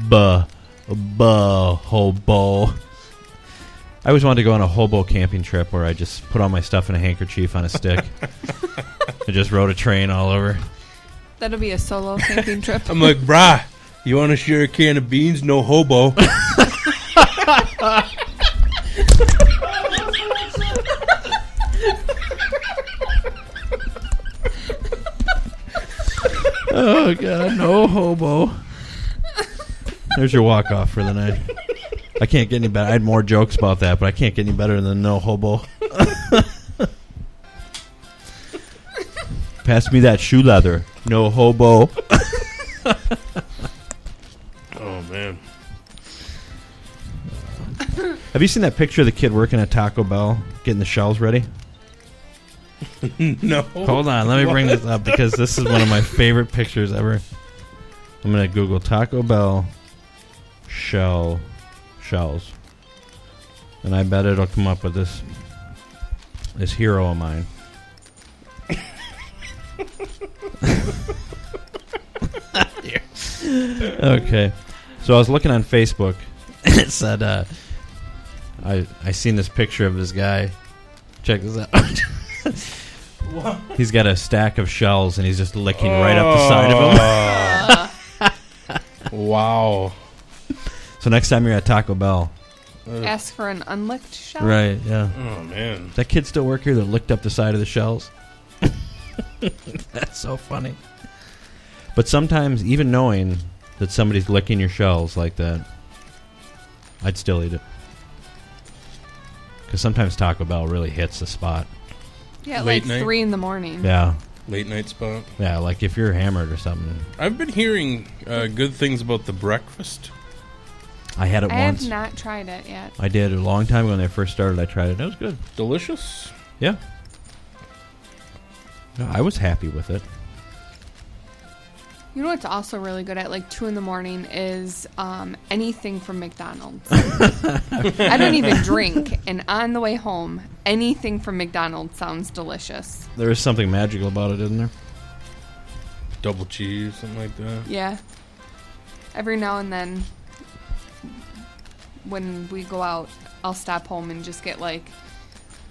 F: Buh. Buh. Hobo. I always wanted to go on a hobo camping trip where I just put all my stuff in a handkerchief on a stick and just rode a train all over.
H: That'll be a solo camping trip.
G: I'm like, brah, you want to share a can of beans? No hobo.
F: Oh god, no hobo. There's your walk off for the night. I can't get any better. I had more jokes about that, but I can't get any better than no hobo. Pass me that shoe leather. No hobo.
G: oh man.
F: Have you seen that picture of the kid working at Taco Bell getting the shells ready?
G: No.
F: Hold on, let me bring this up because this is one of my favorite pictures ever. I'm gonna Google Taco Bell shell shells, and I bet it'll come up with this this hero of mine. okay, so I was looking on Facebook, and it said uh, I I seen this picture of this guy. Check this out. He's got a stack of shells and he's just licking right up the side of them.
G: of him. wow.
F: So next time you're at Taco Bell,
H: Ask for an unlicked shell.
F: Oh. right? Yeah.
G: Oh man.
F: That kid still work here that licked up the side of the shells. That's so funny. But sometimes, even knowing that somebody's licking your shells like that, I'd still eat it. Because sometimes Taco Bell really hits the spot.
H: Yeah,
G: Late
H: like
G: night.
H: three in the morning.
F: Yeah,
G: Late night spot.
F: yeah. Like if you're hammered or something.
G: I've been hearing uh, good things about the breakfast.
F: I had it
H: I
F: once.
H: have not tried it yet.
F: I did a long time ago when I first started. I tried it. It was good.
G: Delicious.
F: Yeah. No, I was happy with it.
H: You know what's also really good at like two in the morning is um, anything from McDonald's. I don't even drink, and on the way home, anything from McDonald's sounds delicious.
F: There is something magical about it, isn't there?
G: Double cheese, something like that.
H: Yeah. Every now and then, when we go out, I'll stop home and just get like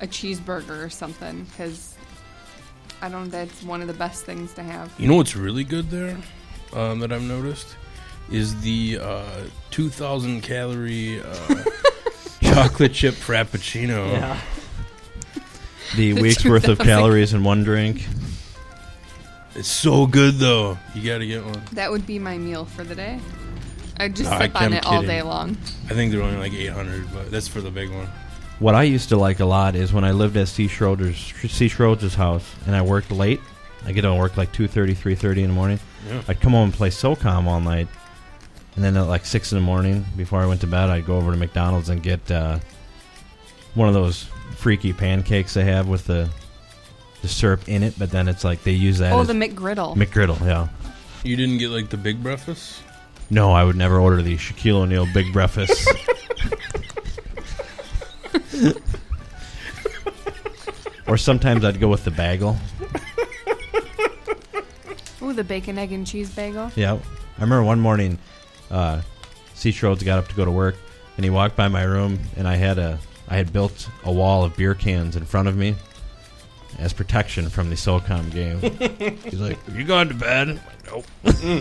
H: a cheeseburger or something because I don't. That's one of the best things to have.
G: You know what's really good there um, that I've noticed is the uh, 2,000 calorie uh, chocolate chip frappuccino.
D: Yeah.
F: The
H: The
F: week's
H: truth
F: worth of
H: of the-
F: calories in one drink.
G: It's so good though. You got to get one.
H: That would be my meal for the day. I just
G: No, I
H: sip on
G: can't-
H: it all
G: kidding.
H: day long.
G: I think they're only like 800, but that's for the big one.
F: What I used to like a lot is when I lived at C. Schroeder's, C. Schroeder's house and I worked late. I get to work like 2.30, 3.30 in the morning.
G: Yeah.
F: I'd come home and play SOCOM all night. And then at like 6 in the morning, before I went to bed, I'd go over to McDonald's and get uh, one of those freaky pancakes they have with the, the syrup in it. But then it's like they use that
H: oh,
F: as
H: the McGriddle.
F: McGriddle, yeah.
G: You didn't get like the big breakfast?
F: No, I would never order the Shaquille O'Neal Big Breakfast. or sometimes I'd go with the bagel.
H: Ooh, the bacon, egg, and cheese bagel.
F: Yeah. I remember one morning, uh, C. Schrodes got up to go to work, and he walked by my room, and I had a I had built a wall of beer cans in front of me as protection from the SOCOM game. He's like, "You going to bed?" I'm like, nope.
H: I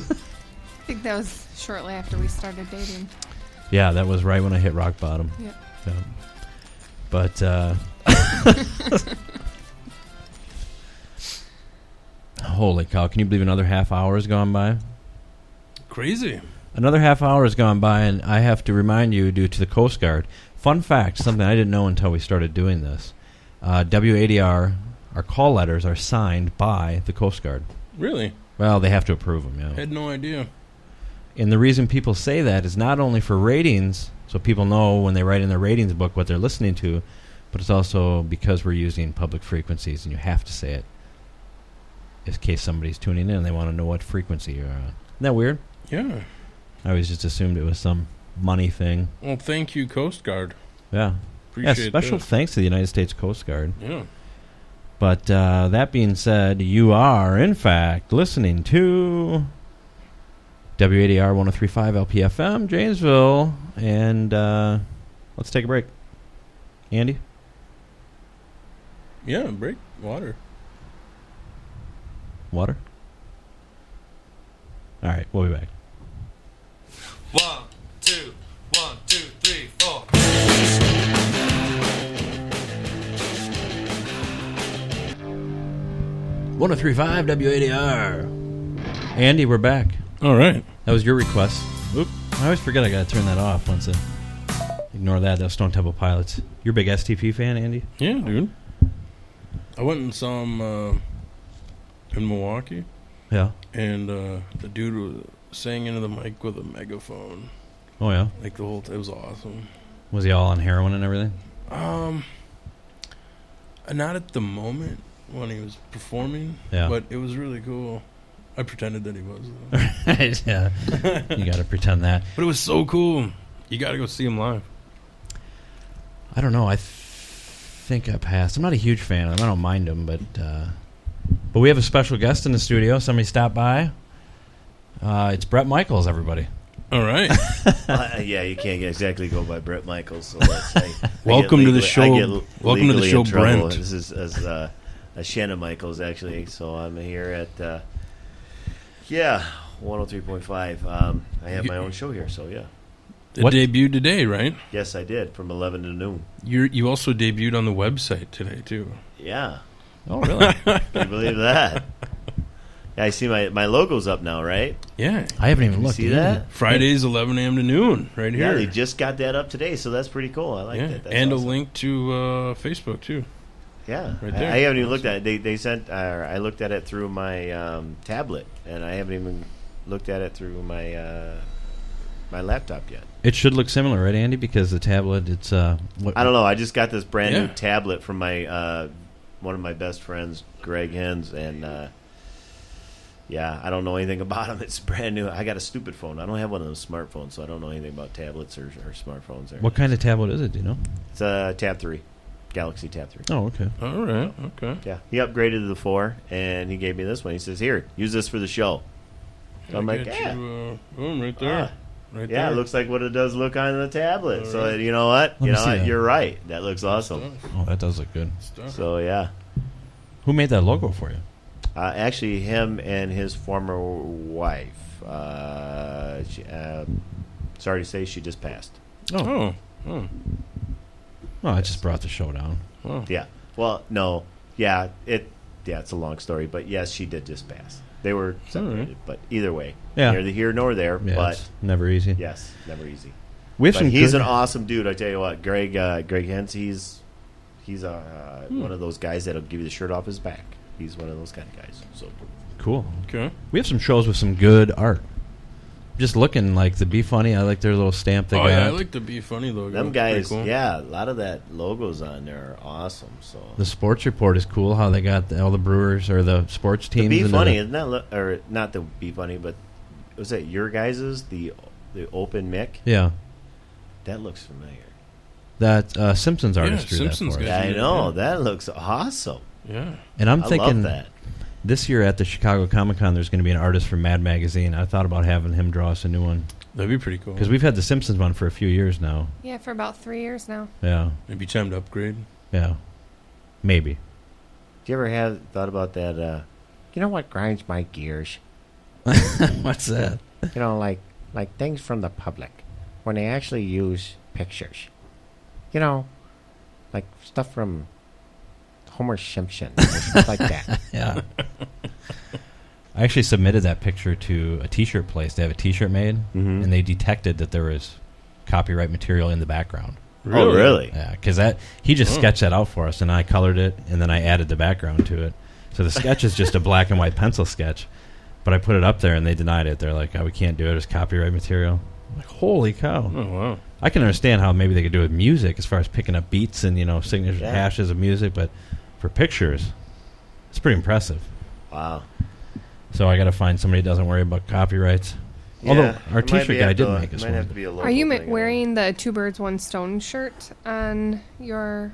H: think that was shortly after we started dating.
F: Yeah, that was right when I hit rock bottom.
H: Yep.
F: Yeah. But uh Holy cow, can you believe another half hour has gone by?
G: Crazy.
F: Another half hour has gone by and I have to remind you due to the Coast Guard. Fun fact, something I didn't know until we started doing this. Uh, WADR, our call letters are signed by the Coast Guard.
G: Really?
F: Well, they have to approve them, yeah.
G: Had no idea.
F: And the reason people say that is not only for ratings, so people know when they write in their ratings book what they're listening to, but it's also because we're using public frequencies and you have to say it in case somebody's tuning in and they want to know what frequency you're on. Isn't that weird?
G: Yeah.
F: I always just assumed it was some money thing.
G: Well, thank you, Coast Guard.
F: Yeah.
G: Appreciate
F: yeah, special
G: that.
F: thanks to the United States Coast Guard.
G: Yeah.
F: But uh, that being said, you are, in fact, listening to WADR 1035 LPFM, Janesville. And uh, let's take a break. Andy?
G: Yeah, break water.
F: Water? All right, we'll be back.
J: One, two, one, two, three, four.
F: One zero three five WADR. Andy, we're back.
G: All right.
F: That was your request. Oop. I always forget I got to turn that off once. I ignore that. That was Stone Temple Pilots. You're a big STP fan, Andy?
G: Yeah, dude. I went and saw him uh, in Milwaukee,
F: Yeah.
G: and uh, the dude was sang into the mic with a megaphone.
F: Oh, yeah.
G: Like the whole, it was awesome.
F: Was he all on heroin and everything?
G: Um, not at the moment when he was performing,
F: Yeah.
G: but it was really cool. I pretended that he was, though.
F: yeah, you got to pretend that.
G: but it was so cool. You got to go see him live.
F: I don't know. I th- think I passed. I'm not a huge fan of them. I don't mind them, but uh, but we have a special guest in the studio. Somebody stopped by. Uh, it's Brett Michaels, everybody.
G: All right,
K: Uh, yeah, you can't exactly go by Brett Michaels. So let's say, I get
G: Welcome to the
K: legally-
G: show-
K: I get
G: welcome to the
K: legally
G: show,
K: in trouble.
G: Brent.
K: This is as uh, as Shannon Michaels actually. So I'm here at uh, yeah, 103.5. Um, I have my own show here. So yeah,
G: it
F: What-
G: debuted today, right?
K: yes, I did from 11 to noon.
G: You you also debuted on the website today too.
K: Yeah,
F: Oh, really?
K: can you believe that? Yeah, I see my my logo's up now, right?
G: Yeah,
F: I haven't even
K: You
F: looked.
K: see
F: at
K: that?
G: Fridays 11 a.m. to noon, right
K: Yeah,
G: here.
K: they just got that up today, so that's pretty cool. I like
G: Yeah,
K: that. That's
G: and
K: awesome.
G: a link to uh, Facebook too.
K: Yeah,
G: Right
K: I-
G: there.
K: I, haven't even looked at it. They, they sent. Uh, I looked at it through my um, tablet, and I haven't even looked at it through my uh, my laptop yet.
F: It should look similar, right, Andy? Because the tablet, it's uh, what,
K: I don't know. I just got this brand
G: Yeah.
K: new tablet from my uh, one of my best friends, Greg Hens, and uh, yeah, I don't know anything about them. It's brand new. I got a stupid phone. I don't have one of those smartphones, so I don't know anything about tablets or, or smartphones. Or
F: What kind of tablet is it? Do you know?
K: It's a Tab Three, Galaxy Tab Three.
F: Oh, okay.
G: All right, okay.
K: Yeah, he upgraded to the four, and he gave me this one. He says, "Here, use this for the show." So I'm
G: I
K: like,
G: got
K: "Yeah."
G: you, uh, boom, right there.
K: Ah,
G: Right
K: yeah,
G: there.
K: it looks like what it does look on the tablet. So
G: Alright.
K: you know what?
F: Let
K: you
F: me see
K: know,
F: that.
K: you're right. That looks awesome.
G: Stuff,
F: Oh, that does look good.
G: stuff.
K: So yeah,
F: Who made that logo for you?
K: uh, actually, him and his former wife. Uh, she, uh, sorry to say, she just passed.
G: Oh. Oh.
F: Oh, I just brought the show down.
G: Wow.
K: Yeah. Well, no. Yeah. It. Yeah. It's a long story, but yes, she did just pass. They were separated, but either way,
F: Yeah.
K: neither here nor there.
F: Yeah,
K: but
F: it's never easy.
K: yes, never easy.
F: we have
K: But
F: some.
K: he's
F: good-
K: an awesome dude. I tell you what, Greg. Uh, Greg Hens. He's he's uh,
G: Hmm.
K: one of those guys that'll give you the shirt off his back. He's one of those kind of guys. So
F: cool.
G: Okay.
F: We have some shows with some good art. Just looking like the Be Funny. I like their little stamp they
G: oh
F: got.
G: yeah, I like the be funny logo.
K: them
G: It's pretty
K: guys,
G: cool.
K: yeah, a lot of that logos on there are awesome. So
F: the sports report is cool. How they got the, all the Brewers or the sports teams.
K: the be
F: and
K: funny,
F: the-
K: isn't that? Lo- or not the be funny, but was that your guys's the the open mic?
F: yeah,
K: That looks familiar.
F: that uh, Simpsons artist drew
G: Simpsons
F: that for us.
G: guy.
K: Yeah, I
G: Yeah.
K: know that looks awesome.
G: Yeah.
F: And I'm
K: i
F: thinking
K: love that.
F: this year at the Chicago Comic Con, there's going to be an artist from Mad Magazine. I thought about having him draw us a new one
G: That'd be pretty cool.
F: because we've had the Simpsons one for a few years now.
H: Yeah, for about three years now.
F: Yeah,
G: It'd be time to upgrade.
K: Oh,
F: yeah, maybe.
K: Do you ever have thought about that? Uh, you know what grinds my gears?
F: What's that?
K: you know, like like things from the public when they actually use pictures. You know, like stuff from Homer Simpson or stuff like that.
F: Yeah. I actually submitted that picture to a T-shirt place. They have a T-shirt made,
K: Mhm.
F: and they detected that there was copyright material in the background.
K: Oh, really?
F: Yeah, because that he just
G: Huh.
F: sketched that out for us, and I colored it, and then I added the background to it. So the sketch is just a black and white pencil sketch, but I put it up there, and they denied it. They're like, "Oh, we can't do it; it's copyright material." I'm like, holy cow!
G: Oh wow.
F: I can understand how maybe they could do it with music, as far as picking up beats and you know signature
K: Yeah.
F: hashes of music, but for pictures, it's pretty impressive.
K: Wow.
F: So I got to find somebody that doesn't worry about copyrights. Although our T-shirt guy did make us one.
H: Are you ma- wearing the two birds one stone shirt on your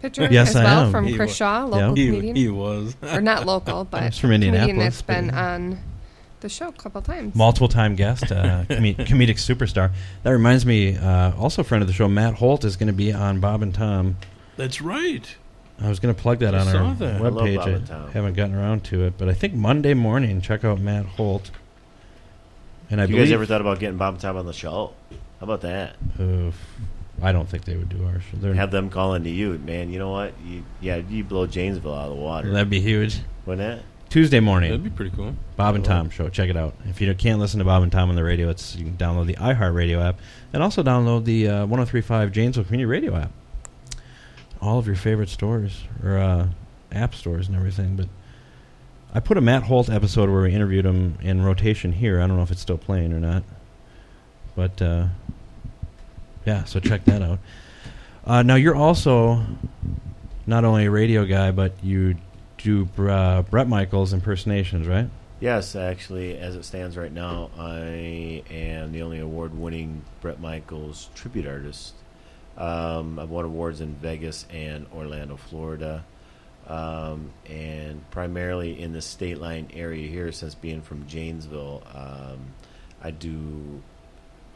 H: picture
F: Yes,
H: as
F: I
H: well
F: am.
H: from
G: He
H: Chris
G: wa-
H: Shaw, local
F: Yeah.
H: comedian,
G: He was.
H: or not local, but
F: He's from
H: comedian
F: Indianapolis,
H: that's been
F: but-
H: on the show a couple times.
F: multiple time guest, uh, comed- comedic superstar. That reminds me, uh, also friend of the show, Matt Holt is going to be on Bob and Tom.
G: That's right.
F: I was going to plug that
G: I
F: on
G: saw
F: our
G: that. I
K: love
F: webpage.
K: Bob and Tom.
F: haven't gotten around to it, but I think Monday morning, check out Matt Holt. And I
K: you
F: believe
K: guys ever thought about getting Bob and Tom on the show? How about that?
F: Uh, I don't think they would do ours. They're-
K: Have them call into you, man. You know what? You, yeah, you blow Janesville out of the water,
F: That'd be huge.
K: wouldn't
F: Tuesday
G: That'd
F: morning,
G: be pretty cool.
F: Bob and Tom show. Check it out. If you can't listen to Bob and Tom on the radio, it's you can download the iHeartRadio app and also download the uh, 103.5 Janesville Community Radio app. All of your favorite stores or uh, app stores and everything. But I put a Matt Holt episode where we interviewed him in rotation here. I don't know if it's still playing or not, but uh, yeah. So check that out. Uh, now you're also not only a radio guy, but you do uh, Brett Michaels impersonations, right?
K: it? Yes, actually, as it stands right now, I am the only award-winning Brett Michaels tribute artist Um, I've won awards in Vegas and Orlando, Florida, um, and primarily in the state line area here. Since being from Janesville, um, I do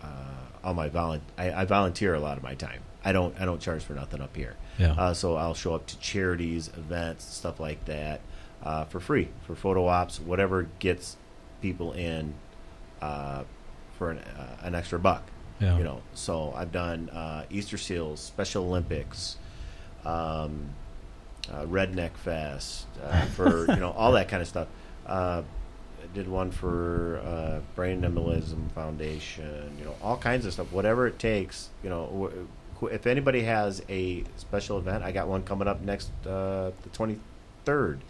K: uh, all my volun- I, I volunteer a lot of my time. I don't I don't charge for nothing up here.
F: Yeah.
K: Uh, so I'll show up to charities, events, stuff like that, uh, for free for photo ops, whatever gets people in uh, for an, uh, an extra buck.
F: Yeah.
K: You know, so I've done uh, Easter Seals, Special Olympics, um, uh, Redneck Fest uh, for you know all that kind of stuff. Uh, I did one for uh, Brain Embolism Foundation. You know, all kinds of stuff. Whatever it takes. You know, wh- wh- if anybody has a special event, I got one coming up next uh, the twenty third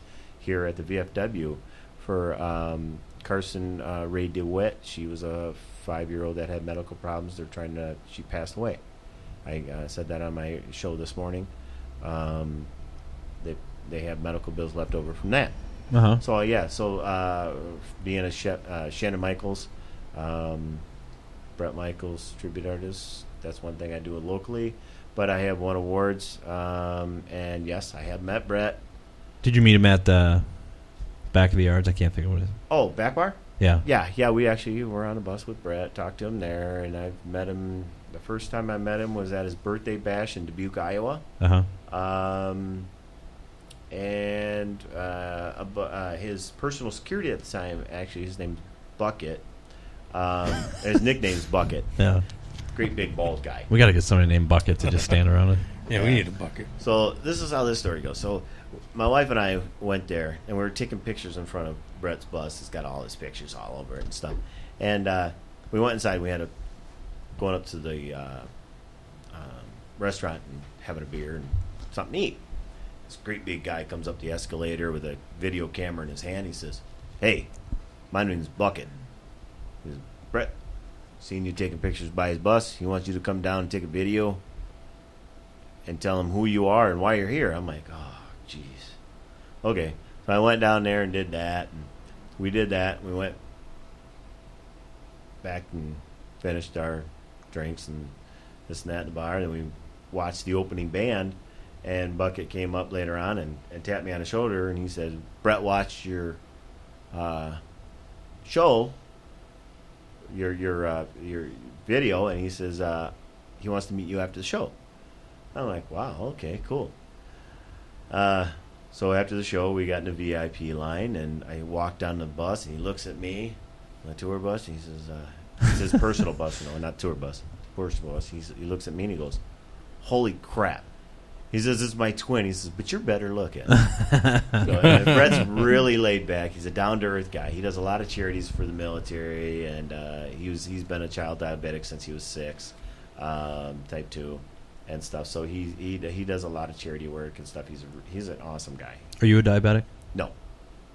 K: here at the VFW for um, Carson uh, Ray DeWitt. She was a five year old that had medical problems. They're trying to. She passed away. I uh, said that on my show this morning. Um, they they have medical bills left over from that.
F: Uh huh.
K: So yeah, so uh, being a she- uh, Shannon Michaels, um, Brett Michaels tribute artist, that's one thing I do locally. But I have won awards, um, and yes, I have met Brett.
F: Did you meet him at the back of the yards? I can't think of what it is.
K: Oh, back bar?
F: Yeah.
K: Yeah, yeah, we actually were on a bus with Brett, talked to him there, and I met him. The first time I met him was at his birthday bash in Dubuque, Iowa.
F: Uh huh.
K: Um, and uh, abo- uh, his personal security at the time, actually, his name's Bucket. Um, and his nickname's Bucket.
F: Yeah.
K: Great big bald guy.
F: We got to get somebody named Bucket to just stand around it.
G: Yeah, we need a bucket.
K: So this is how this story goes. So my wife and I went there, and we were taking pictures in front of Brett's bus. It's got all his pictures all over it and stuff. And uh, we went inside. We had a going up to the uh, um, restaurant and having a beer and something to eat. This great big guy comes up the escalator with a video camera in his hand. He says, "Hey, my name's Bucket." He says, "Brett, seen you taking pictures by his bus. He wants you to come down and take a video." and tell them who you are and why you're here. I'm like, oh, jeez. Okay. So I went down there and did that. And we did that. We went back and finished our drinks and this and that in the bar. And then we watched the opening band. And Bucket came up later on and, and tapped me on the shoulder. And he said, Brett watched your uh, show, your, your, uh, your video. And he says, uh, he wants to meet you after the show. I'm like, wow, okay, cool. Uh, so after the show, we got in the VIP line, and I walked on the bus, and he looks at me, the tour bus, and he says, uh, he says personal bus, no, not tour bus, personal bus. He, s- he looks at me and he goes, holy crap. He says, "This is my twin." He says, "But you're better looking." so, and Brett's really laid back. He's a down to earth guy. He does a lot of charities for the military, and uh, he was he's been a child diabetic since he was six, um, type two, and stuff. So he he he does a lot of charity work and stuff. He's a, he's an awesome guy.
F: Are you a diabetic?
K: No,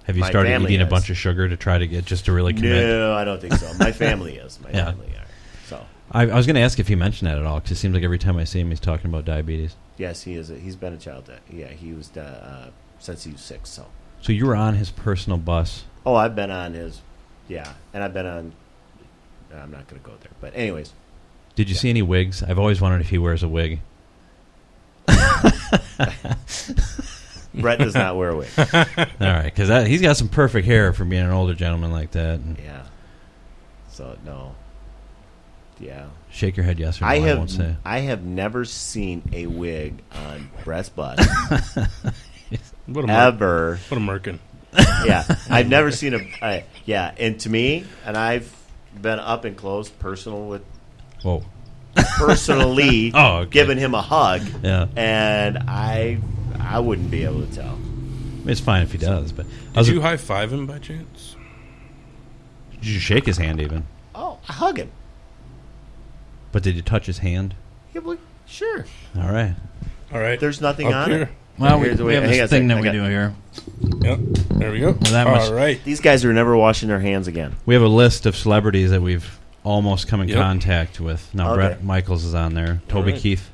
F: Have you
K: My
F: started
K: family
F: eating a
K: is.
F: bunch of sugar to try to get just to really commit?
K: no, I don't think so. My family is. My
F: Yeah.
K: family are. So
F: I, I was going to ask if he mentioned that at all because it seems like every time I see him, he's talking about diabetes.
K: yes, he is. A, he's been a child. Di- yeah, he was di- uh, since he was six. So.
F: So you were on his personal bus.
K: Oh, I've been on his, yeah, and I've been on. uh, I'm not going to go there, but anyways,
F: Did you
K: Yeah.
F: see any wigs? I've always wondered if he wears a wig.
K: Brett does not wear a wig.
F: All right, because he's got some perfect hair for being an older gentleman like that. And
K: Yeah, so no, yeah.
F: Shake your head yes or no. I,
K: I
F: won't say.
K: have I have never seen a wig on Brett's butt
G: What a mer-
K: ever.
G: what a merkin.
K: yeah, I've never seen a I, yeah, and to me, and I've been up and close, personal with
F: Whoa.
K: personally,
F: Oh, okay.
K: giving him a hug,
F: Yeah.
K: and I I wouldn't be able to tell.
F: It's fine if he does, but I
G: Did
F: was,
G: you high five him by chance?
F: did you shake his hand even?
K: Oh, I hug him.
F: But did you touch his hand?
K: Yeah, well, sure.
F: All right.
G: All right.
K: There's nothing
G: Up
K: on
G: here.
K: it.
F: Well, we,
K: Here's the
F: we
K: way-
F: have
K: hang on a
F: this thing
K: second,
F: that
K: I
F: we
K: got-
F: do here.
G: Yep. There we go.
F: that
G: All
F: much-
G: right.
K: These guys are never washing their hands again.
F: We have a list of celebrities that we've almost come in
G: Yep.
F: contact with. Now,
K: Okay.
F: Brett Michaels is on there. Toby
G: right.
F: Keith.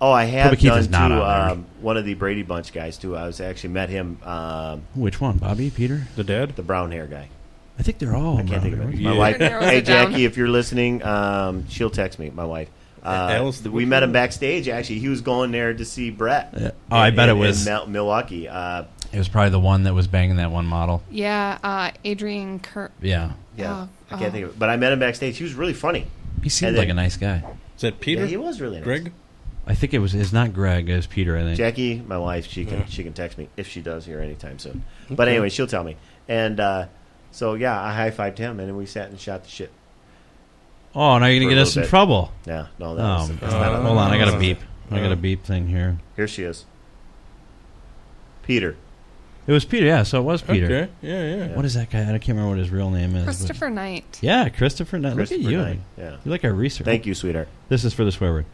K: Oh, I have
F: Toby Keith
K: done
F: is not
K: too,
F: on there.
K: um, one of the Brady Bunch guys too. I was actually met him, um,
F: Which one? Bobby? Peter?
G: The dad.
K: the brown hair guy.
F: I think they're all.
K: I can't think of it.
F: around here.
K: My
G: Yeah.
K: wife,
H: Narrows
K: hey
H: it down.
K: Jackie, if you're listening, um, she'll text me. My wife. Uh,
G: Alice,
K: we met him backstage. Actually, he was going there to see Brett.
F: Yeah. Oh, I
K: in-
F: bet it
K: in-
F: was-
K: in Mil- Milwaukee. Uh,
F: It was probably the one that was banging that one model.
H: Yeah, uh, Adrian Kurt.
F: Yeah.
K: yeah,
H: Oh,
K: I can't
H: oh.
K: think of it. But I met him backstage. He was really funny.
F: He seemed
K: And
F: like a
K: then-
F: nice guy.
G: Is that Peter?
K: Yeah, he was really nice.
G: Greg.
F: I think it was. It's not Greg. It was Peter. I think.
K: Jackie, my wife, she can
G: Yeah.
K: she can text me if she does here anytime soon. But anyway, she'll tell me. And uh, so yeah, I high fived him, and then we sat and shot the shit.
F: oh, now you're
K: For
F: gonna
K: a
F: get us
K: little
F: in
K: bit.
F: trouble.
K: Yeah, no, that
F: Oh,
K: was, that's not
F: God.
K: a-
F: hold on. I got a
G: Uh,
F: beep. I
K: Uh-huh.
F: got a beep thing here.
K: Here she is. Peter.
F: It was Peter. Yeah. So it was Peter.
G: Okay. Yeah, yeah.
F: What is that guy? I can't remember what his real name is. but-
H: Christopher Knight.
F: Yeah, Christopher Knight. Look at
K: Christopher
F: you.
K: Knight. Yeah.
F: You're like our research.
K: Thank you, sweetheart.
F: This is for the swear word.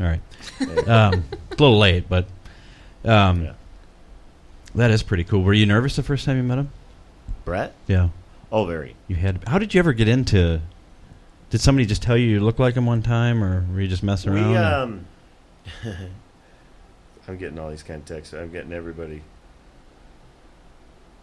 F: All right.
K: There you go.
F: Um, it's a little late, but um,
K: Yeah.
F: that is pretty cool. Were you nervous the first time you met him?
K: Brett?
F: Yeah.
K: Oh, very.
F: You had. How did you ever get into? Did somebody just tell you you look like him one time, or were you just messing
K: We,
F: around? or-
K: um, I'm getting all these kind of texts. I'm getting everybody.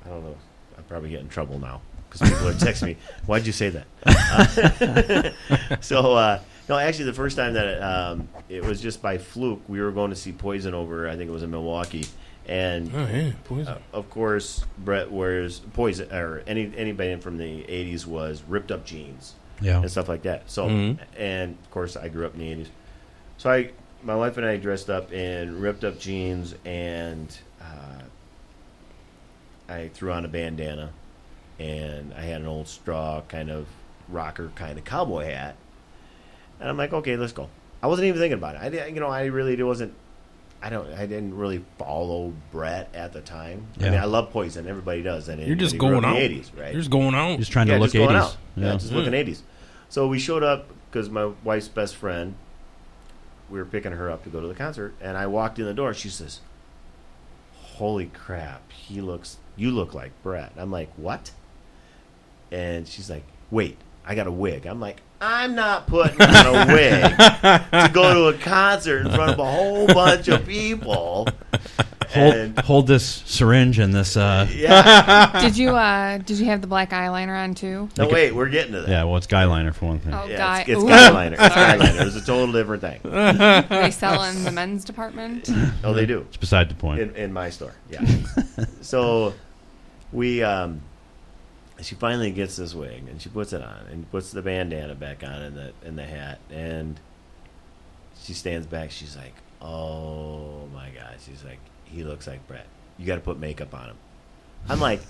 K: I don't know. I'm probably getting in trouble now because people are texting me. Why'd you say that? Uh, so, uh, no, actually, the first time that it, um, it was just by fluke. We were going to see Poison over, I think it was in Milwaukee, and
G: Oh yeah, poison.
K: uh, of course, Brett wears poison, or any anybody from the '80s was ripped up jeans
F: Yeah.
K: and stuff like that. So,
G: Mhm.
K: and of course, I grew up in the '80s. So I, my wife and I dressed up in ripped up jeans, and uh, I threw on a bandana, and I had an old straw kind of rocker kind of cowboy hat, and I'm like, okay, let's go. I wasn't even thinking about it. I, didn't- you know, I really wasn't. I don't. I didn't really follow Brett at the time. I mean,
F: Yeah.
K: I love Poison. Everybody does. And
G: You're just
K: anybody grew
G: going
K: up in
G: out.
K: the '80s, right?
G: You're just going out.
F: Just trying
K: yeah,
F: to look
K: just going
F: 80s.
K: out. Yeah, just
G: Yeah.
K: looking 80s. So we showed up because my wife's best friend, we were picking her up to go to the concert, and I walked in the door. She says, "Holy crap! He looks. You look like Brett." I'm like, "What?" And she's like, "Wait, I got a wig." I'm like, "I'm not putting on a wig to go to a concert in front of a whole bunch of people."
F: hold,
K: And-
F: hold this syringe and this. Uh,
K: yeah.
H: did you uh did you have the black eyeliner on too?
K: No, wait. We're getting to that.
F: yeah, well, it's guyliner for one thing.
H: Oh
K: Yeah,
H: god.
K: it's, it's
H: Ooh.
K: guyliner. It's
H: Sorry.
K: guyliner. It was a total different thing.
H: They sell in the men's department.
K: Oh, they do
F: It's beside the point.
K: in, in my store. Yeah. so we, um, she finally gets this wig and she puts it on and puts the bandana back on and the and the hat and she stands back. She's like, "Oh my god!" She's like, "He looks like Brett. You got to put makeup on him." I'm like,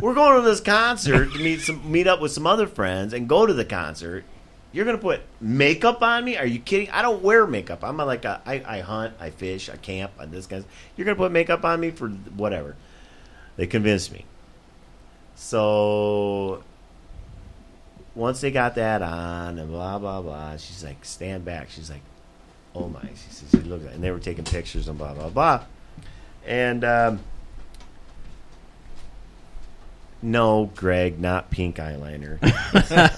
K: "We're going to this concert to meet some meet up with some other friends and go to the concert." You're gonna put makeup on me? Are you kidding? I don't wear makeup. I'm a- like a, I, I hunt, I fish, I camp, I this kind. Of, you're gonna put makeup on me for whatever? They convinced me. So once they got that on and blah blah blah, she's like, stand back. She's like, oh my. She says, you look. like-" And they were taking pictures and blah blah blah. And um, no, Greg, not pink eyeliner.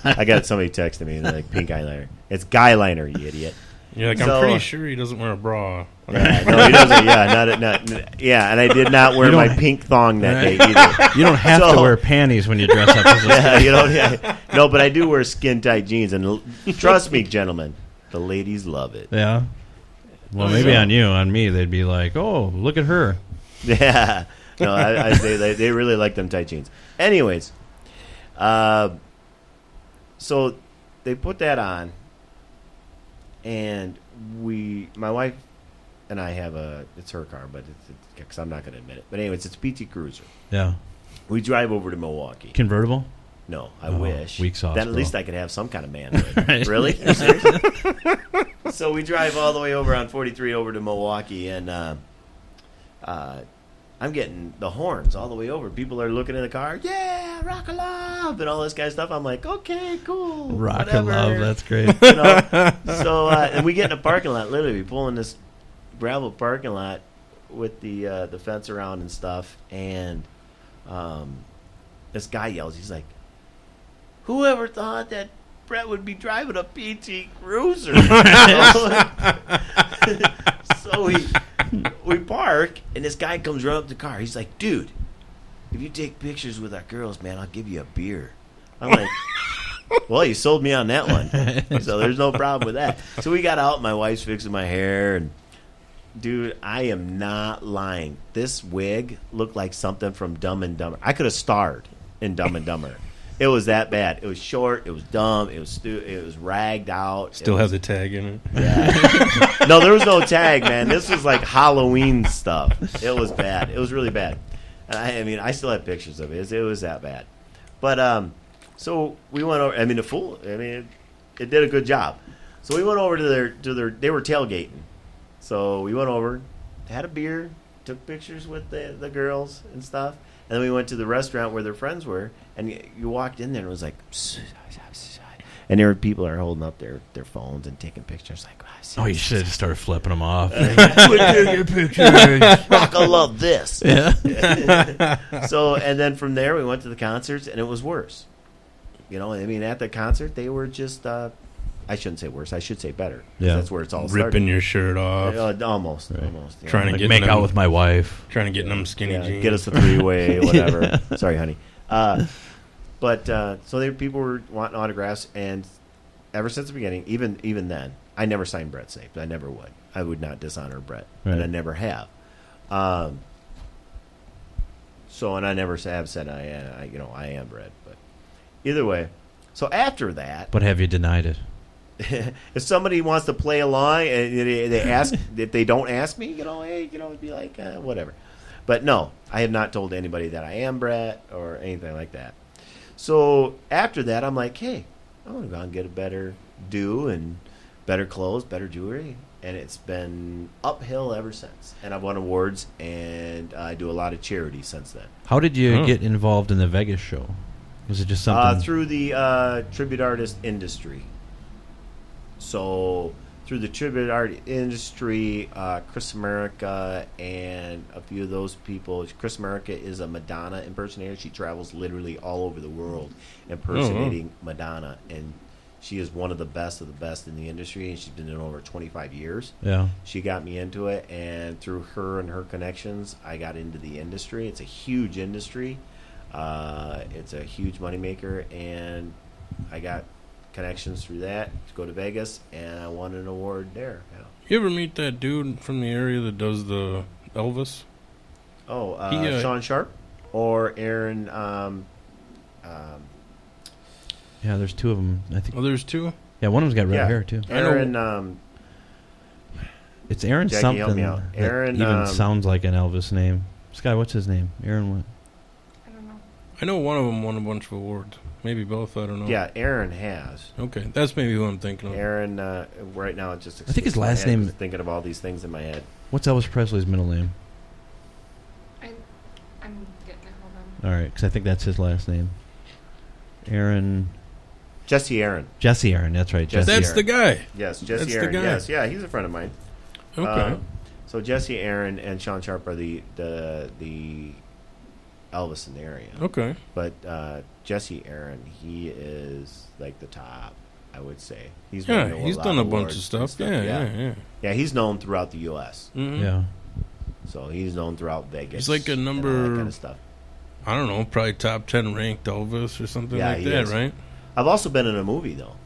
K: I got somebody texting me and they're like, pink eyeliner. It's guyliner, you idiot.
G: You're like, I'm
K: So- uh,
G: pretty sure he doesn't wear a bra.
K: Yeah, no, he doesn't. Yeah, not, not, yeah, and I did not wear
F: You
K: my
F: don't-
K: pink thong that day either.
F: you don't have to
K: So-
F: wear panties when you dress up as a.
K: Yeah, you know, yeah. no, but I do wear skin tight jeans, and l- trust me, gentlemen, the ladies love it.
F: Yeah. Well, maybe on you, on me, they'd be like, "Oh, look at her."
K: Yeah, no, I, I, they, they they really like them tight jeans. Anyways, uh, so they put that on, and we, my wife and I have a. It's her car, but it's because I'm not going to admit it. But anyways, it's PT Cruiser.
F: Yeah.
K: We drive over to Milwaukee.
F: Convertible.
K: No, I
F: Oh,
K: wish.
F: weak sauce,
K: Then at
F: bro.
K: least I could have some kind of manhood.
F: Right.
K: Really? Are you serious? so we drive all the way over on 43 over to Milwaukee, and uh, uh, I'm getting the horns all the way over. People are looking in the car, yeah, rock love, and all this kind of stuff. I'm like, okay, cool.
F: Rock and
K: whatever.
F: love. That's great.
K: You know? so uh, and we get in a parking lot, literally, we pull in this gravel parking lot with the uh, the fence around and stuff, and um, this guy yells, he's like, "Whoever thought that Brett would be driving a PT Cruiser?" so we we park, and this guy comes right up to the car. He's like, "Dude, if you take pictures with our girls, man, I'll give you a beer." I'm like. Well, you sold me on that one, so there's no problem with that. So we got out. My wife's fixing my hair, and dude, I am not lying. This wig looked like something from Dumb and Dumber. I could have starred in Dumb and Dumber. It was that bad. It was short. It was dumb. It was stu- it was ragged out.
G: Still
K: it was,
G: has a tag in it.
K: no, there was no tag, man. This was like Halloween stuff. It was bad. It was really bad. And I, I mean, I still have pictures of it. It was, it was that bad. But um, so we went over. I mean, the fool. I mean, it, it did a good job. So we went over to their to their. They were tailgating. So we went over, had a beer, took pictures with the the girls and stuff. And then we went to the restaurant where their friends were, and you, you walked in there and it was like, and there were people that are holding up their, their phones and taking pictures like,
F: Oh, you should have started flipping them off.
K: Rock, I love this. so, and then from there, we went to the concerts, and it was worse. You know, I mean, at the concert, they were just, uh, I shouldn't say worse, I should say better. 'cause
F: Yeah.
K: That's where it's all
G: Ripping
K: started.
G: your shirt off.
K: Uh, almost, almost. yeah.
G: Trying to
F: Like,
G: get
F: make
G: them-
F: out with my wife.
G: Trying to get in them skinny
K: Yeah,
G: jeans.
K: Get us a three way, whatever. Sorry, honey. Uh, but uh, so they, people were wanting autographs, and ever since the beginning, even even then, I never signed Brett Sape. I never would. I would not dishonor Brett, and I
F: Right.
K: never have. Um, So, and I never s- have said I, am- I you know, I am red. But either way, so after that,
F: But have you denied it?
K: if somebody wants to play along and they, they ask if they don't ask me, you know, hey, you know, it'd be like uh, whatever. But no, I have not told anybody that I am Brett or anything like that. So after that, I'm like, hey, I'm gonna go out and get a better do and better clothes, better jewelry, and it's been uphill ever since. And I've won awards and I do a lot of charity since then.
F: How did you
G: Oh.
F: get involved in the Vegas show? Was it just
K: Uh,
F: something?
K: through the uh, tribute artist industry. So through the tribute art industry, uh, Chris America and a few of those people. Chris America is a Madonna impersonator. She travels literally all over the world impersonating Madonna, and she is one of the best of the best in the industry. And she's been doing it over twenty five years
F: yeah.
K: she got me into it and through her and her connections i got into the industry it's a huge industry uh, it's a huge moneymaker and i got connections through that to go to vegas and i won an award there yeah.
G: You ever meet that dude from the area that does the Elvis?
K: oh uh,
G: He, uh,
K: sean sharp or aaron um, um,
F: Yeah, there's two of them. I think.
G: Oh, there's two.
F: Yeah, one of them's got red
K: Yeah.
F: hair too.
G: I know-
K: aaron um,
F: It's Aaron
K: Jackie,
F: something.
K: help me out.
F: that
K: Aaron,
F: even
K: um,
F: sounds like an Elvis name. Sky, what's his name? Aaron what?
H: I don't know.
G: I know one of them won a bunch of awards. Maybe both. I don't know.
K: yeah aaron has
G: Okay, that's maybe who I'm thinking of.
K: aaron uh, right now it just
F: I think his
K: escapes my
F: last
K: head 'cause
F: name-
K: I'm thinking of all these things in my head
F: What's Elvis Presley's middle name?
H: I'm getting it. Hold on.
F: All right, because I think that's his last name. Aaron
K: jesse aaron
F: Jesse Aaron. That's right.
K: Jesse
F: Jesse.
G: that's
K: Aaron.
G: the guy.
K: yes jesse
G: That's the
K: aaron
G: guy.
K: yes yeah he's a friend of mine
G: Okay.
K: Um, so Jesse Aaron and Sean Sharp are the the the Elvis in the area,
G: okay.
K: but uh, Jesse Aaron he is like the top. I would say he's won
G: Yeah,
K: a
G: he's
K: lot
G: done a bunch
K: awards
G: of
K: and
G: stuff. Yeah, yeah, yeah.
K: Yeah, he's known throughout the U.S.
G: Mhm.
F: Yeah.
K: So he's known throughout Vegas.
G: He's like a
K: and all that
G: number-
K: kind of stuff.
G: I don't know, probably top ten ranked Elvis or something
K: Yeah,
G: like
K: he
G: that,
K: is.
G: right?
K: I've also been in a movie though.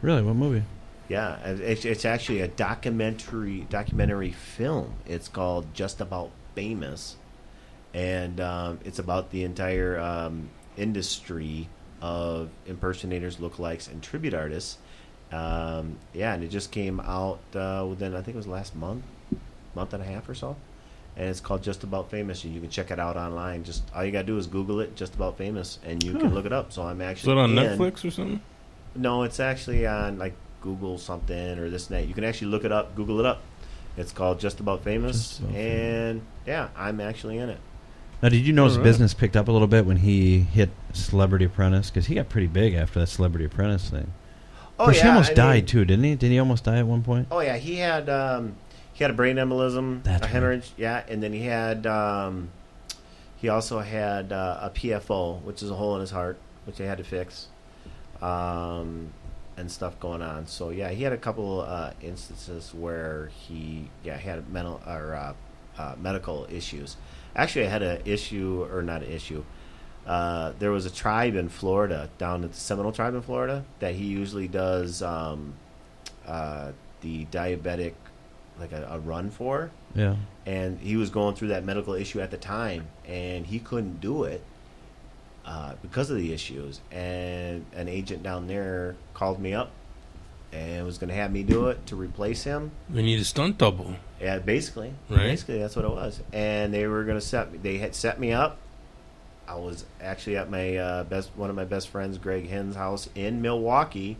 F: Really? What movie?
K: Yeah, it's, it's actually a documentary documentary film. It's called Just About Famous, and um, it's about the entire um, industry of impersonators, lookalikes, and tribute artists. Um, yeah, and it just came out uh, within I think it was last month, month and a half or so, and it's called Just About Famous. And you can check it out online. Just all you gotta do is Google it, Just About Famous, and you can look it up. So I'm
G: Is
K: actually
G: that on
K: in-
G: Netflix or something?
K: no, it's actually on like Google something or this and that. You can actually look it up, Google it up. It's called Just About Famous,
F: Just About
K: and yeah, I'm actually in it.
F: Now, did you know his
G: Alright.
F: business picked up a little bit when he hit Celebrity Apprentice? Because he got pretty big after that Celebrity Apprentice thing. of course, he almost
K: Oh, I mean-
F: died too, didn't he? Didn't he almost die at one point?
K: Oh yeah, he had um, he had a brain embolism,
F: That's
K: a
F: right.
K: hemorrhage, yeah, and then he had um, he also had uh, a PFO, which is a hole in his heart, which they had to fix, um, and stuff going on. So yeah, he had a couple uh, instances where he yeah had mental or uh, uh, medical issues. Actually, I had an issue or not an issue. Uh, there was a tribe in Florida, down at the Seminole tribe in Florida, that he usually does um, uh, the diabetic like a, a run for
F: Yeah.
K: and he was going through that medical issue at the time and he couldn't do it uh, because of the issues and an agent down there called me up and was going to have me do it to replace him
G: They need a stunt double.
K: yeah, basically,
G: Right.
K: basically that's what it was. And they were gonna set me. They had set me up. I was actually at my uh, best one of my best friends, Greg Hinn's house in Milwaukee,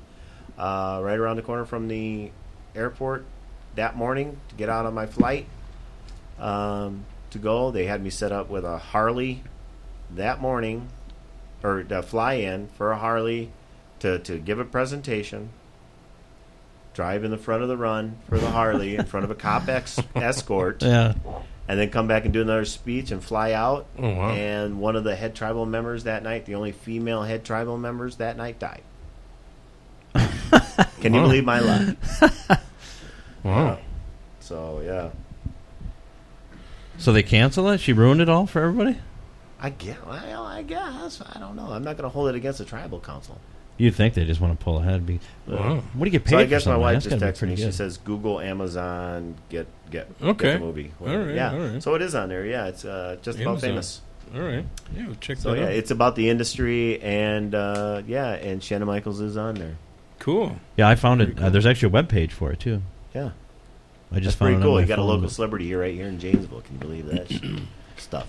K: uh, right around the corner from the airport. That morning to get out on my flight um, to go, they had me set up with a Harley that morning, or to fly in for a Harley to to give a presentation drive in the front of the run for the Harley in front of a cop ex- escort,
F: Yeah.
K: and then come back and do another speech and fly out.
G: Oh wow.
K: And one of the head tribal members that night, the only female head tribal members that night, died. Can you
G: Wow.
K: believe my luck?
G: wow.
K: So yeah,
F: So they cancel it? She ruined it all for everybody?
K: I guess. Well, I guess I don't know. I'm not going to hold it against the tribal council.
F: You'd think they just want to pull ahead. Be,
G: Wow.
F: What do you get paid
K: So I
F: for
K: guess my
F: something?
K: wife
F: That's gotta
K: just
F: be
K: texted
F: pretty
K: me. She
F: good.
K: says Google, Amazon, get get, get
G: Okay.
K: the movie.
G: All right,
K: yeah.
G: all right.
K: So it is on there. Yeah, it's uh, just about
G: Amazon.
K: famous.
G: All right. Yeah, we'll check
K: So
G: that
K: yeah,
G: out.
K: it's about the industry, and uh, yeah, and Shannon Michaels is on there.
G: cool.
F: Yeah, I found it.
G: Pretty
F: Uh,
G: cool.
F: there's actually a webpage for it too.
K: Yeah,
F: I just
K: that's pretty
F: found
K: cool.
F: it. On
K: You
F: my
K: got a
F: phone,
K: local
F: but
K: celebrity here, right here in Janesville. Can you believe that shit? stuff?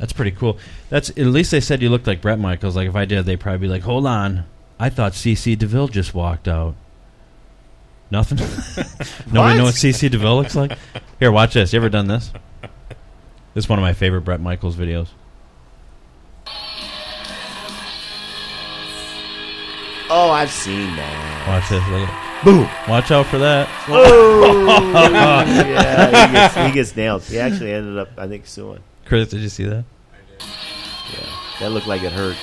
F: That's pretty cool. That's at least they said you looked like Brett Michaels. Like if I did, they'd probably be like, "Hold on, I thought CC DeVille just walked out." Nothing. Nobody know what CC DeVille looks like. Here, watch this. You ever done this? This is one of my favorite Brett Michaels videos.
K: Oh, I've seen that.
F: Watch this. Look at
K: Boom!
F: it. Watch out for that.
K: Oh, yeah, he gets, he gets nailed. He actually ended up, I think, suing.
F: Chris, did you see that?
K: That looked like it hurt.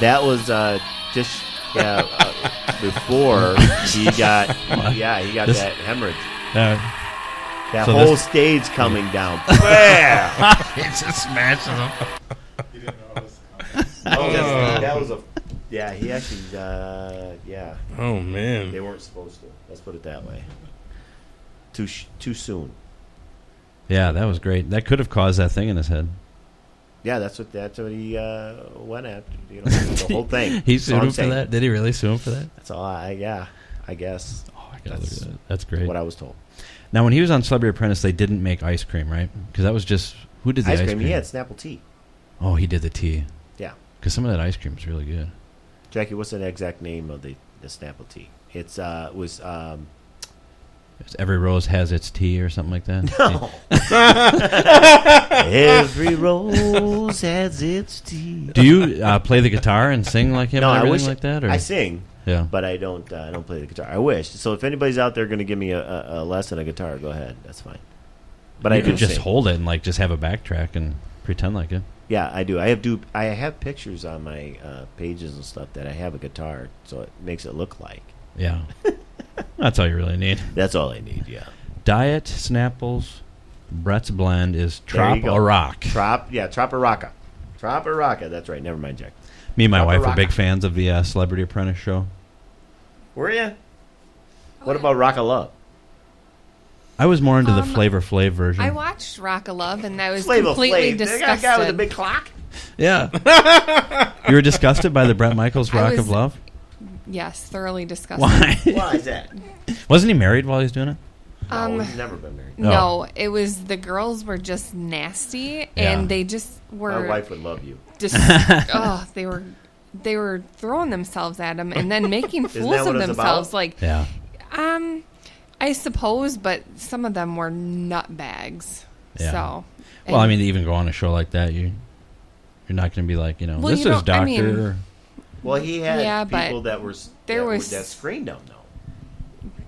K: That was uh, just yeah uh, before he got yeah he got
F: This-
K: that hemorrhage.
F: Uh,
K: That
F: So
K: whole
F: this-
K: stage coming down. Bam!
F: it just smashes him.
K: That was-
F: Oh.
K: that was a yeah. He actually uh, yeah.
G: Oh
K: They
G: man.
K: weren't supposed to. Let's put it that way. Too sh- too soon.
F: Yeah, that was great. That could have caused that thing in his head.
K: Yeah, that's what that's what he uh, went after. You know, the whole thing.
F: he
K: That's
F: sued
K: all I'm
F: him for
K: saying.
F: that. Did he really sue him for that?
K: That's all. I yeah. I guess
F: Oh, I
K: gotta look at
F: that. That's great.
K: what I was told.
F: Now, when he was on Celebrity Apprentice, they didn't make ice cream, right? Because that was just who did the
K: Ice cream. He had Snapple tea.
F: Oh, he did the tea.
K: Yeah.
F: Because some of that ice cream's really good.
K: Jackie, what's the exact name of the, the Snapple tea? It's uh it was um
F: It's every rose has its tea or something like that.
K: Every Rose Has Its Tea.
F: Do you uh, play the guitar and sing like him?
K: No,
F: and
K: I
F: everything
K: wish
F: like that. Or
K: I sing,
F: yeah.
K: but I don't uh, I don't play the guitar. I wish. So if anybody's out there going to give me a, a, a lesson on guitar, go ahead. That's fine. But
F: you
K: I do
F: could just
K: sing.
F: hold it and like just have a backtrack and pretend like it.
K: Yeah, I do. I have do I have pictures on my uh, pages and stuff that I have a guitar, so it makes it look like.
F: Yeah. That's all you really need.
K: That's all I need. Yeah.
F: Diet Snapples. Brett's blend is
K: There you
F: Trop
K: go.
F: a Rock.
K: Trop. Yeah. Troparaka. Troparaka. That's right. Never mind, Jack.
F: Me and my
K: Trop a
F: wife are
K: Rock.
F: big fans of the uh, Celebrity Apprentice show.
K: Were you? What about Rock a Love?
F: I was more into the
H: Um,
F: Flavor Flav version.
H: I watched Rock of Love and I was
K: Flavor
H: completely
K: Flav. They
H: disgusted.
K: got a guy with a big clock.
F: Yeah. you were disgusted by the Brett Michaels
H: I
F: Rock
H: was-
F: of Love?
H: Yes, thoroughly disgusted.
F: Why?
K: Why is that?
F: Wasn't he married while he was doing it?
H: Um,
K: no, he's never been married.
F: No.
H: No, it was the girls were just nasty and
F: Yeah.
H: they just
K: My
H: were
K: wife would love you.
H: just oh, they were they were throwing themselves at him and then making fools
K: that
H: of
K: what it's about?
H: themselves like
F: Yeah.
H: um I suppose but some of them were nut bags.
F: Yeah.
H: So
F: Well, I
H: and-
F: mean, to even go on a show like that, you you're not going to be like, you know,
H: Well,
F: this
H: you
F: is
H: don't-
F: doctor.
H: I mean-
K: Well, he had
H: Yeah, but
K: people that were s-
H: there
K: that, were-
H: was-
K: that screened him though.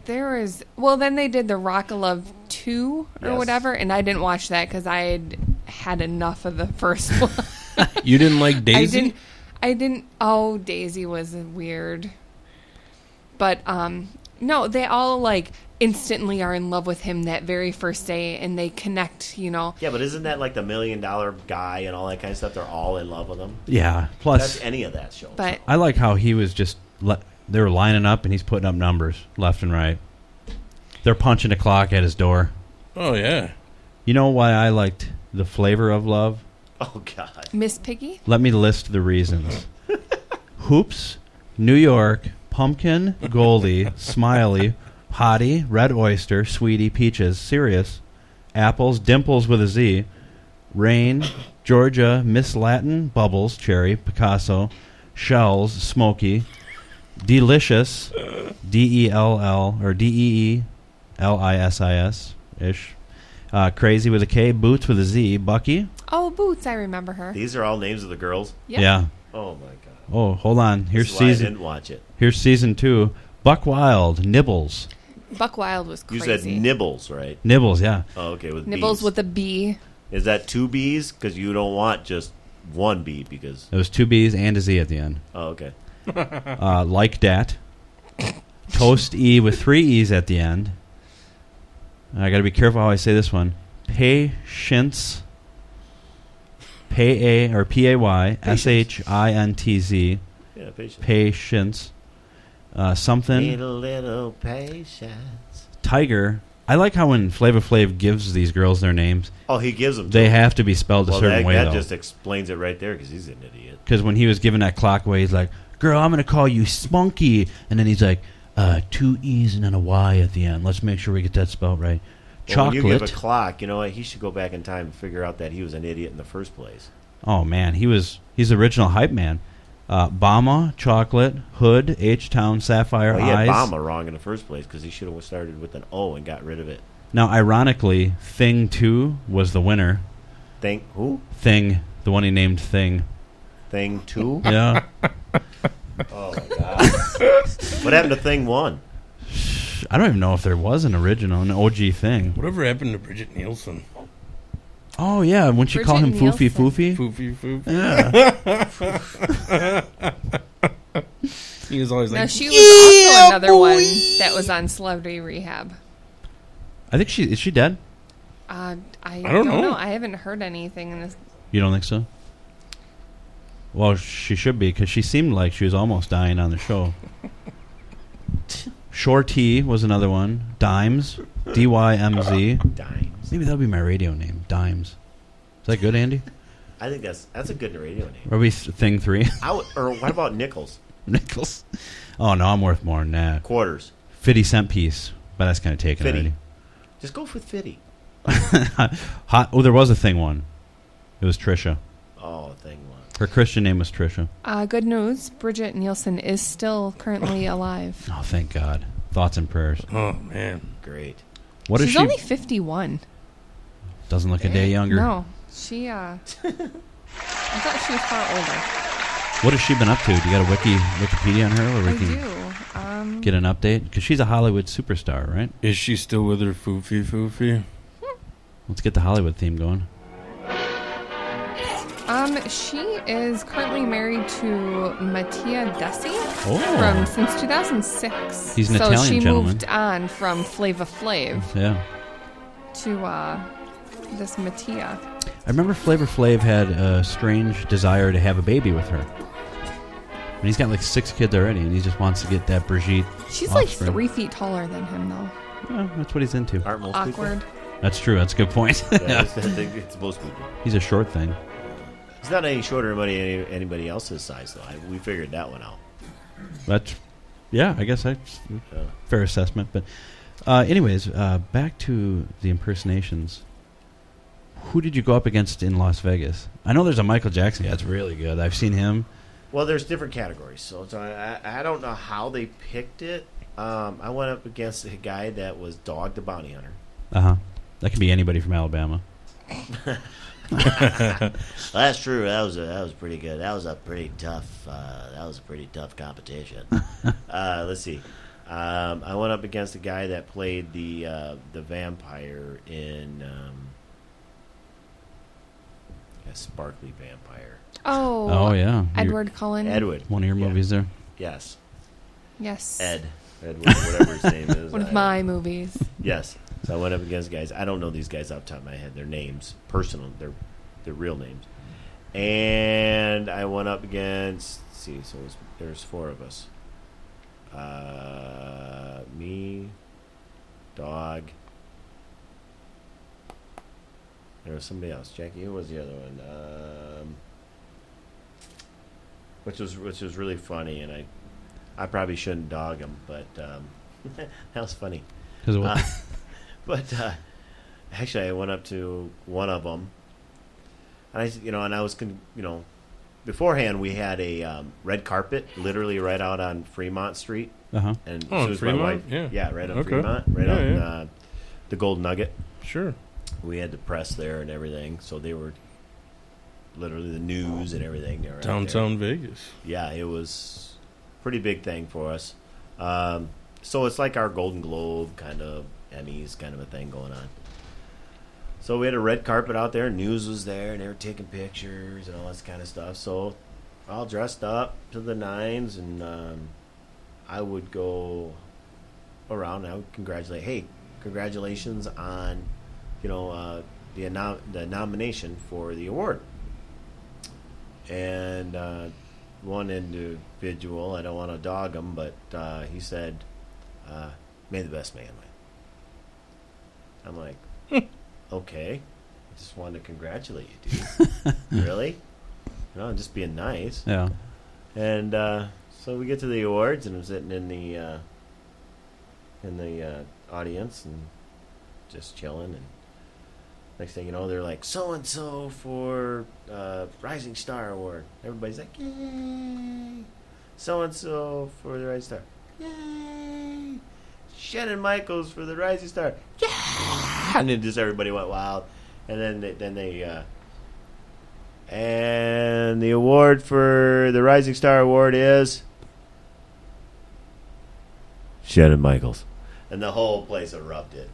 H: There is well, then they did the Rock of Love two or
K: Yes.
H: whatever, and I didn't watch that because I had had enough of the first one.
G: You didn't like
H: I
G: Daisy?
H: didn't. I didn't. Oh, Daisy was weird. But um, no, they all like instantly are in love with him that very first day, and they connect. You know,
K: Yeah, but isn't that like the million dollar guy and all that kind of stuff? They're all in love with him.
F: Yeah.
K: That's
F: Plus,
K: any of that show.
H: but
F: I like how he was just le- they were lining up and he's putting up numbers left and right. They're punching a clock at his door.
G: Oh yeah.
F: You know why I liked the flavor of love?
K: oh god,
H: Miss Piggy,
F: Let me list the reasons. Hoops, New York, Pumpkin, Goldie, Smiley, Hottie, Red Oyster, Sweetie, Peaches, Sirius, Apples, Dimples with a Z, Rain, Georgia, Miss Latin, Bubbles, Cherry, Picasso, Shells, Smoky, Delicious, D E L L or D E E L I S I S ish, uh, Crazy with a K, Boots with a Z, Bucky.
H: oh Boots, I remember her.
K: these are all names of the girls.
H: Yep.
F: Yeah.
K: Oh my god,
F: Oh, hold on. Here's
K: That's why I
F: season.
K: didn't watch it.
F: Here's season two. Buck Wild, Nibbles,
H: Buck Wild was
K: You
H: crazy.
K: said nibbles, right?
F: Nibbles. Yeah,
K: Oh, okay, with
H: Nibbles
K: bees.
H: with a B.
K: Is that two bees? Because you don't want just one bee because
F: it was two B's and a Z at the end.
K: oh okay.
F: Uh, like dat. Toast E with three E's at the end. I got to be careful how I say this one. Patience. Pay a or p a y s h i n t z.
K: Yeah, patience.
F: Patience. Uh,
K: Need
F: something
K: a little patience.
F: tiger
C: I like how when Flava Flav gives these girls their names,
K: Oh, he gives them.
C: they have to be spelled
K: well,
C: a certain
K: that,
C: way
K: that
C: though.
K: just explains it right there because he's an idiot.
C: Because when he was giving that clock away, he's like, "Girl, I'm gonna call you Spunky," and then he's like, uh, two E's and then a Y at the end. Let's make sure we get that spelled right.
K: Well, when
C: Chocolate.
K: you give a clock, you know what? He should go back in time and figure out that he was an idiot in the first place.
C: oh man, he was he's the original hype man. Uh, Bama, chocolate, hood, H Town, sapphire,
K: Well, he had
C: eyes.
K: Obama wrong in the first place because he should have started with an O and got rid of it.
C: Now, ironically, Thing Two was the winner.
K: Thing who?
C: Thing, the one he named Thing.
K: Thing two?
C: Yeah,
K: oh my god! what happened to Thing one?
C: I don't even know if there was an original, an OG Thing.
G: Whatever happened to Bridget Nielsen?
C: Oh yeah, wouldn't you call him
H: Bridget
C: Foofy Foofy?
G: Foofy foofy.
C: Yeah.
G: He was always
H: Now
G: like,
H: she was also another one that was on Celebrity Rehab.
C: I think she is she dead.
H: Uh, I,
G: don't know.
H: I haven't heard anything in this.
C: You don't think so? Well, she should be because she seemed like she was almost dying on the show. Shorty was another one. Dimes, D Y M Z.
K: Dimes.
C: Maybe that'll be my radio name, Dimes. Is that good, Andy?
K: I think that's that's a good radio name.
C: Or are we s- thing three?
K: I would, or what about nickels?
C: Nickels. Oh no, I'm worth more than that.
K: Quarters.
C: Fifty cent piece, but that's kind of taken
K: Fitty.
C: already.
K: Just go for fifty.
C: Hot. Oh, there was a thing one. It was Trisha.
K: Oh, Thing one.
C: Her Christian name was Trisha.
H: Uh, good news: Bridget Nielsen is still currently alive.
C: Oh, thank God. Thoughts and prayers.
G: oh man,
K: Great.
C: What is
H: She's
C: she?
H: only fifty-one.
C: Doesn't look a day younger.
H: No, she. Uh, I thought she was far
C: What has she been up to? Do you got a wiki, Wikipedia on her, where we
H: older.
C: can
H: I do. Um,
C: get an update? Because she's a Hollywood superstar, right?
G: is she still with her foofy foofy?
C: Let's get the Hollywood theme going.
H: um, she is currently married to Mattia Desi
C: Oh,
H: from since 2006.
C: He's an
H: so
C: Italian
H: she
C: gentleman.
H: moved on from Flava Flav
C: yeah.
H: to uh, this Mattia.
C: I remember Flavor Flav had a strange desire to have a baby with her, and he's got like six kids already, and he just wants to get that Brigitte.
H: She's
C: Offspring.
H: like three feet taller than him, though.
C: Well, that's what he's into.
K: Aren't most
H: Awkward.
C: That's true. That's a good point.
K: people? Yeah, it's, I think it's most people.
C: he's a short thing.
K: He's not any shorter than any, anybody else's size, though. I, we figured that one out.
C: That's yeah. I guess that's
K: Yeah.
C: fair assessment. But uh, anyways, uh, back to the impersonations. Who did you go up against in Las Vegas? I know there's a Michael Jackson. guy that's really good. I've seen him.
K: Well, there's different categories, so it's, I, I I don't know how they picked it. Um, I went up against a guy that was Dog the Bounty Hunter.
C: Uh huh. That can be anybody from Alabama.
K: Well, that's true. That was a, that was pretty good. That was a pretty tough. Uh, that was a pretty tough competition. uh, let's see. Um, I went up against a guy that played the uh, the vampire in um, a sparkly vampire.
H: Oh,
C: Oh, yeah, Your-
H: Edward Cullen.
K: Edward.
C: one of your
K: Yeah.
C: movies there.
K: Yes.
H: Yes.
K: Ed. Edward, whatever his name is.
H: One of
K: I-
H: my movies.
K: Yes. So I went up against guys. I don't know these guys off the top of my head. Their names, personal, their their real names. And I went up against. Let's see, so it was, there's four of us. Uh, me, dog. There was somebody else. Jackie, who was the other one? Um, which was which was really funny, and I, I probably shouldn't dog him, but um, that was funny.
C: 'Cause it was-
K: Uh, but uh, actually, I went up to one of them, and I, s- you know, and I was, con- you know, beforehand we had a um, red carpet, literally right out on Fremont Street,
C: uh-huh.
K: and as
G: Oh,
K: soon as my
G: Fremont?
K: wife,
G: Yeah.
K: right on
G: Okay.
K: Fremont, right
G: Yeah,
K: on
G: yeah.
K: Uh, the Gold Nugget.
G: Sure.
K: We had the press there and everything, so they were literally the news and everything. They were out there
G: Downtown Vegas.
K: yeah, it was pretty big thing for us. Um, so it's like our Golden Globe kind of Emmys kind of a thing going on. So we had a red carpet out there, news was there, and they were taking pictures and all this kind of stuff. So all dressed up to the nines, and um, I would go around and I would congratulate, hey, congratulations on, you know, uh, the, nom- the nomination for the award. And uh, one individual, I don't want to dog him, but uh, he said, uh, may the best man win. I'm like, okay. I just wanted to congratulate you, dude. really? No, I'm just being nice.
C: Yeah.
K: And uh, so we get to the awards, and I'm sitting in the uh, in the uh, audience and just chilling. And next thing you know, they're like, "So and so for uh, Rising Star Award." Everybody's like, "Yay!" So and so for the Rising Star. Yay! Shannon Michaels for the Rising Star. Yeah! And then just everybody went wild. And then they, then they uh, and the award for the Rising Star Award is Shannon Michaels. And the whole place erupted.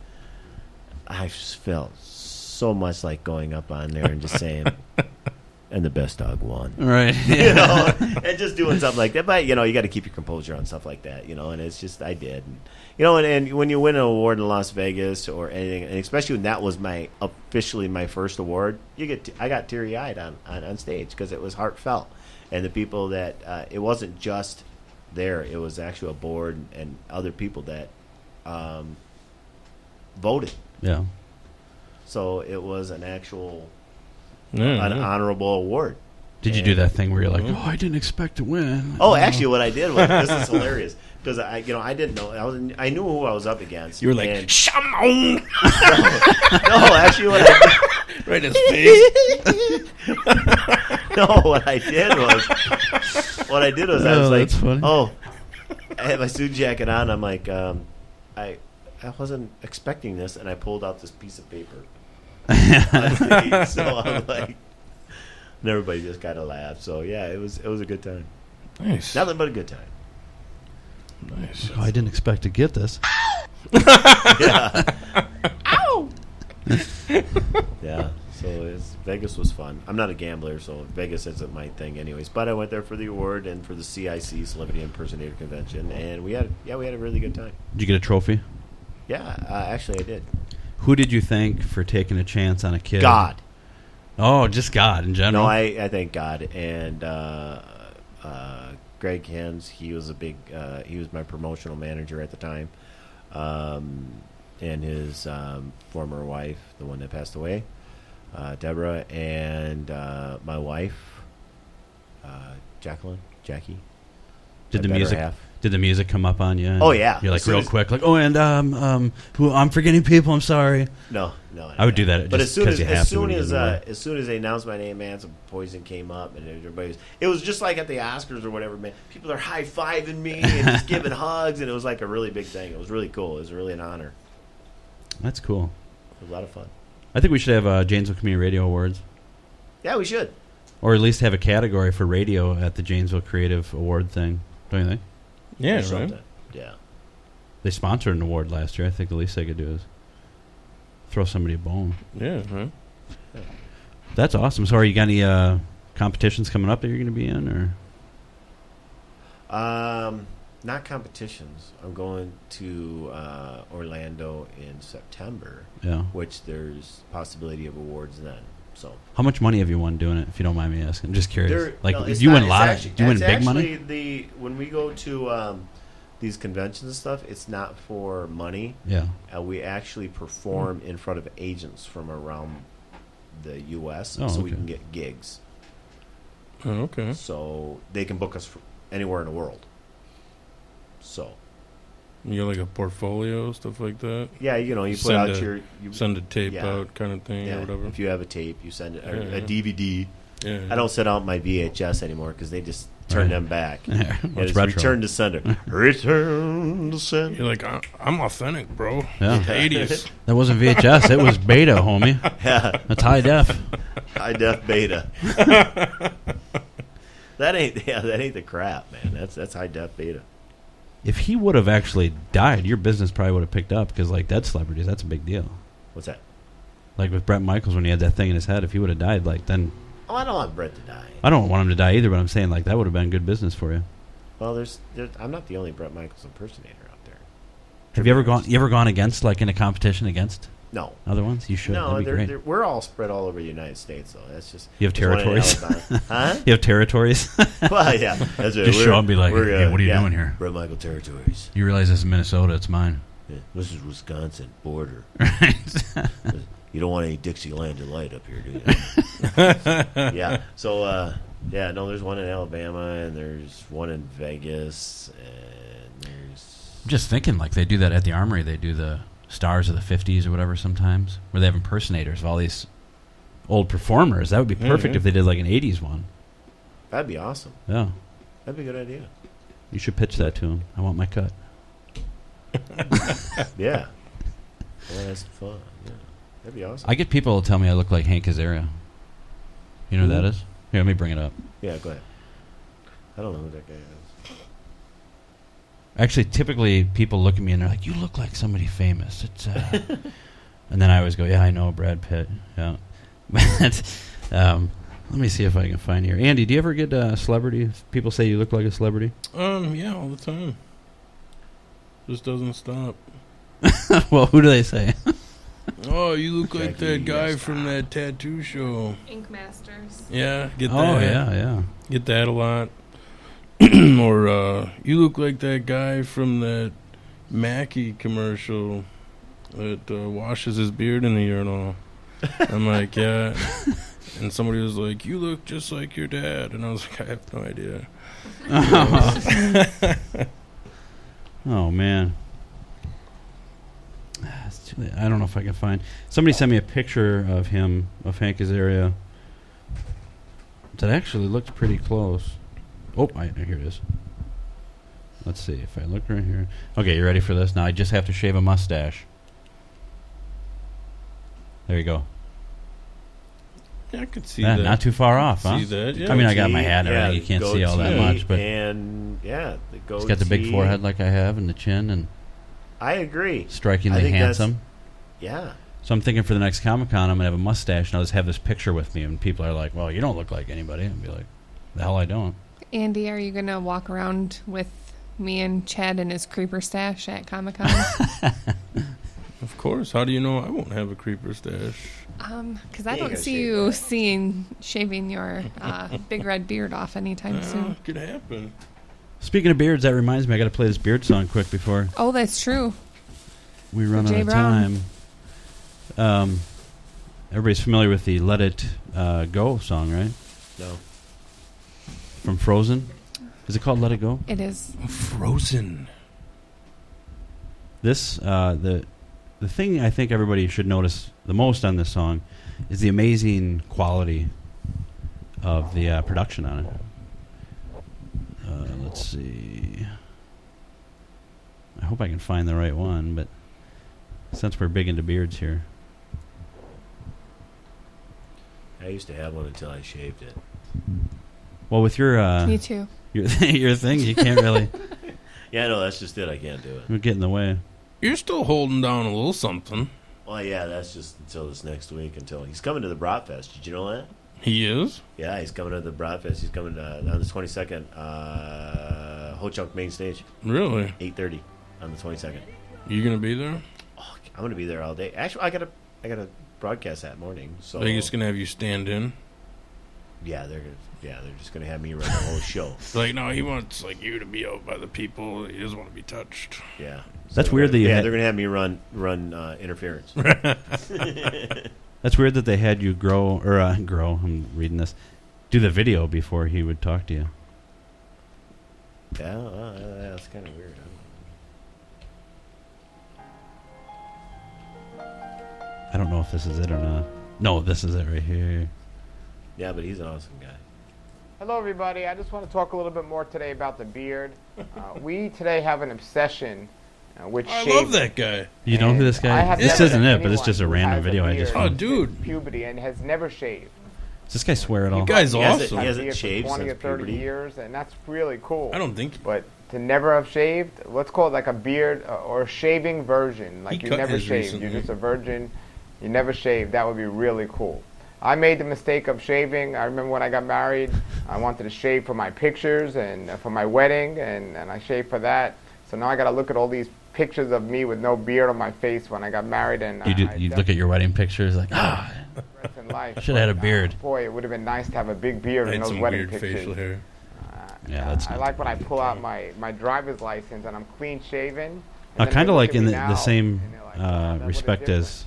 K: I just felt so much like going up on there and just saying, and the best dog won
C: Right.
K: you know, and just doing something like that. But you know, you got to keep your composure on stuff like that, you know. And it's just I did, and, you know. And, and when you win an award in Las Vegas or anything, and especially when that was my officially my first award, you get t- I got teary eyed on, on on stage because it was heartfelt, and the people that uh, it wasn't just there; it was actually a board and other people that um, voted.
C: yeah.
K: So it was an actual
G: Yeah, yeah.
K: an honorable award.
C: Did you do that thing where you're
K: Mm-hmm.
C: like, oh, I didn't expect to win?
K: Oh, actually, what I did was this is hilarious because I, you know, I didn't know I was I knew who I was up against.
G: You were like,
K: and-
G: Shamong!
K: no, actually, what I did,
G: Right in his face.
K: no, what I did was, what I did was I
C: Oh,
K: was like,
C: that's funny.
K: oh, I had my suit jacket on. I'm like, um, I, I wasn't expecting this, and I pulled out this piece of paper. Honestly, so I'm like, and everybody just kind of laughed. So yeah, it was it was a good time.
G: Nice.
K: Nothing but a good time.
G: Nice.
C: Oh, I didn't expect to get this.
K: yeah. yeah. So it's, Vegas was fun. I'm not a gambler, so Vegas isn't my thing, anyways. But I went there for the award and for the CIC Celebrity Impersonator Convention, and we had yeah we had a really good time.
C: Did you get a trophy?
K: Yeah, uh, actually I did.
C: Who did you thank for taking a chance on a kid?
K: God.
C: Oh, just God in general.
K: No, I, I thank God and uh, uh, Greg Hens. He was a big. Uh, he was my promotional manager at the time, um, and his um, former wife, the one that passed away, uh, Deborah, and uh, my wife, uh, Jacqueline, Jackie.
C: did
K: my
C: the
K: better
C: music?
K: half.
C: Did the music come up on you? And
K: Oh, yeah.
C: You're
K: As
C: like
K: soon
C: real
K: as-
C: quick, like oh, and um, um, who, I'm forgetting people. I'm sorry.
K: No, no.
C: I would do that
K: But
C: just
K: as soon
C: 'cause
K: as
C: you have
K: as
C: to when
K: soon
C: you
K: as
C: get in the
K: uh, as soon as they announced my name, man, some poison came up, and everybody was. It was just like at the Oscars or whatever, man. People are high fiving me and just giving hugs, and it was like a really big thing. It was really cool. It was really an honor.
C: That's cool.
K: It was a lot of fun.
C: I think we should have uh, Janesville Community Radio Awards,
K: Yeah, we should.
C: or at least have a category for radio at the Janesville Creative Award thing. Don't you think?
K: Or
G: Yeah, right?
K: something. Yeah.
C: They sponsored an award last year. I think the least they could do is throw somebody a bone.
G: Yeah, right?
C: That's awesome. So, are you got any uh, competitions coming up that you're going to be in, or
K: Um, not competitions. I'm going to uh, Orlando in September,
C: yeah?
K: which there's possibility of awards then. So
C: How much money have you won doing it? If you don't mind me asking, I'm just curious.
K: There-
C: like,
K: no,
C: if
K: it's
C: you
K: not-
C: win a
K: it's
C: lot,
K: actually-
C: do you win
K: it's
C: big money?
K: actually The when we go to um, these conventions and stuff, it's not for money.
C: Yeah.
K: Uh, we actually perform
C: Hmm.
K: in front of agents from around the U.S.
C: Oh,
K: so we
C: okay.
K: can get gigs.
G: Oh, okay.
K: So they can book us fr anywhere in the world. So
G: You got like a portfolio, stuff like that.
K: yeah, you know, you put
G: Send
K: out
G: a-
K: your you,
G: Send a tape
K: Yeah.
G: out, kind of thing,
K: yeah,
G: or whatever.
K: If you have a tape, you send it or
G: Yeah,
K: a
G: yeah.
K: DVD.
G: yeah,
K: I don't send out my VHS anymore because they just turn
C: Right.
K: them back.
C: Yeah, well,
K: Yeah,
C: it's
K: it's
C: retro.
K: return to sender. return to sender.
G: You're like, I- I'm authentic, bro.
C: Yeah.
G: 80s.
C: That wasn't VHS. it was beta, homie.
K: Yeah,
C: That's high def.
K: high def beta. that ain't yeah, that ain't the crap, man. That's that's high def beta.
C: If he would have actually died, your business probably would have picked up because, like, dead celebrities, that's a big deal.
K: What's that?
C: Like with Brett Michaels when he had that thing in his head, if he would have died, like, then
K: Oh, I don't want Brett to die.
C: I don't want him to die either. But I'm saying like that would have been good business for you.
K: Well, there's, there's I'm not the only Brett Michaels impersonator out there.
C: Have you ever gone? You ever gone against like in a competition against
K: No,
C: other ones? You should.
K: no,
C: That'd be
K: they're,
C: great.
K: they're, we're all spread all over the United States, though. That's just
C: You have
K: there's one in
C: territories.
K: Alabama. huh?
C: You have territories.
K: Well, yeah, that's right.
C: Just show
K: We're-
C: up and be like,
K: we're,
C: "Hey, what are you doing here?"
K: Brett Michael territories.
C: you realize this is Minnesota. It's mine.
K: Yeah, This is Wisconsin border. you don't want any Dixieland delight up here, do you? yeah. So uh, yeah, no, there's one in Alabama and there's one in Vegas and there's
C: I'm just thinking like they do that at the armory. They do the stars of the '50s or whatever sometimes, where they have impersonators of all these old performers. That would be perfect
K: Mhm.
C: if they did like an '80s one.
K: that'd be awesome.
C: Yeah,
K: That'd be a good idea.
C: you should pitch that to them. I want my cut.
K: Yeah. well, that's fun. Yeah. That'd be awesome.
C: I get people to tell me I look like Hank Azaria. You know who that is? Here, let me bring it up.
K: Yeah, go ahead. I don't know who that guy is.
C: Actually, typically people look at me and they're like, "You look like somebody famous." It's, uh, and then I always go, "Yeah, I know Brad Pitt." Yeah, but um, let me see if I can find here. Andy, do you ever get uh, celebrity? People say you look like a celebrity.
G: Um, yeah, all the time. Just doesn't stop.
C: well, who do they say?
G: Oh, you look like
K: Jackie,
G: that guy
K: yes.
G: from that tattoo show.
H: Ink Masters.
G: Yeah, get that.
C: oh yeah, yeah.
G: Get that a lot. or uh, you look like that guy from that Mackey commercial that uh, washes his beard in the urinal. I'm like, yeah. And somebody was like, "You look just like your dad," and I was like, "I have no idea."
C: Oh man. Ah, it's too late. I don't know if I can find. Somebody sent me a picture of him of Hank Azaria. That actually looked pretty close. Oh, I, here it is. Let's see if I look right here. Okay, you ready for this? Now I just have to shave a mustache. There you go.
G: Yeah, I could see
C: Ah,
G: that.
C: not too far off, huh?
G: see that? Yeah.
C: I mean, I got my
K: Goatee,
C: hat and everything. You can't see all that
K: goatee,
C: much, but-
K: and yeah, the goatee.
C: He's got the big forehead like I have, and the chin, and
K: I agree. I
C: strikingly
K: think that's-
C: handsome.
K: Yeah.
C: So I'm thinking for the next Comic Con, I'm gonna have a mustache, and I'll just have this picture with me. And people are like, "Well, you don't look like anybody." And be like, "The hell, I don't."
H: Andy, are you going to walk around with me and Chad and his creeper stash at Comic Con?
G: of course. How do you know I won't have a creeper stash?
H: Um, because I
K: Yeah, you
H: don't
K: gotta
H: see
K: shave
H: you
K: that.
H: seeing shaving your uh, big red beard off anytime
K: Uh-huh.
G: Uh,
H: soon.
G: could happen.
C: Speaking of beards, that reminds me, I gotta play this beard song quick before
H: Oh, that's true.
C: we run out
H: Jay
C: of
H: Brown.
C: time. Um, everybody's familiar with the "Let It uh, Go" song, right?
K: No.
C: From Frozen. Is it called "Let It Go"?
H: It is.
G: Frozen.
C: This uh, the the thing I think everybody should notice the most on this song is the amazing quality of the uh, production on it. Uh, let's see. I hope I can find the right one, but since we're big into beards here,
K: I used to have one until I shaved it.
C: well, with your
H: Me
C: uh,
H: too.
C: your your thing, you can't really
K: Yeah, no, that's just it. I can't do it.
C: it'll get in the way.
G: You're still holding down a little something.
K: Well, yeah, that's just until this next week. Until he's coming to the Bratfest. Did you know that?
G: He is.
K: Yeah, he's coming to the Bratfest. He's coming uh, on the twenty second. Uh, Ho Chunk main stage,
G: Really?
K: eight thirty on the twenty second.
G: You gonna be there?
K: Oh, I'm gonna be there all day. Actually, I gotta I gotta broadcast that morning. So
G: They're just gonna have you stand in.
K: yeah, they're gonna yeah they're just gonna have me run the whole show.
G: Like no, he wants like you to be out by the people. He doesn't want to be touched.
K: Yeah,
C: That's
K: So,
C: weird that you
K: yeah
C: had-
K: they're gonna have me run run uh, interference.
C: That's weird that they had you grow or uh, grow. I'm reading this. Do the video before he would talk to you.
K: yeah, uh, that's kind of weird. I don't know.
C: I don't know if this is it or not. No, this is it right here.
K: Yeah, but he's an awesome guy.
J: Hello, everybody. I just want to talk a little bit more today about the beard. Uh, we today have an obsession uh, with
G: I
J: shaving.
G: love that guy.
C: You don't know
J: And
C: this
J: I
C: guy?
J: have
C: This
J: never
C: isn't
J: met
C: it, but it's
J: anyone
C: just a
J: who has
C: random
J: a
C: video I just
G: Oh,
C: found.
G: dude,
J: Puberty and has never shaved.
C: Does this guy swear at all?
G: guy's
K: He has it-
G: awesome.
K: he
J: I've
K: has
J: been
K: it
J: here for
K: shaved
J: 20 or
K: since
J: 30
K: puberty.
J: years, and that's really cool.
G: I don't think
J: But to never have shaved, let's call it like a beard uh, or a shaving version. Like you
G: cut
J: never
G: his
J: shaved.
G: recently.
J: You're just a virgin. You never shaved. That would be really cool. I made the mistake of shaving. I remember when I got married, I wanted to shave for my pictures and uh, for my wedding, and, and I shaved for that. So now I got to look at all these pictures of me with no beard on my face when I got married. And
C: You, do,
J: I, I
C: you look at your wedding pictures like, ah,
J: regrets in life.
C: Should've had a
J: But, uh,
C: beard.
J: boy, it would have been nice to have a big
G: I
J: beard in
G: had
J: those
G: some
J: wedding
G: weird
J: pictures.
G: facial hair.
C: yeah, that's
J: I
C: not
J: like when I pull out my, my driver's license and I'm clean shaven.
C: Uh, kind of like in the, the same uh, respect as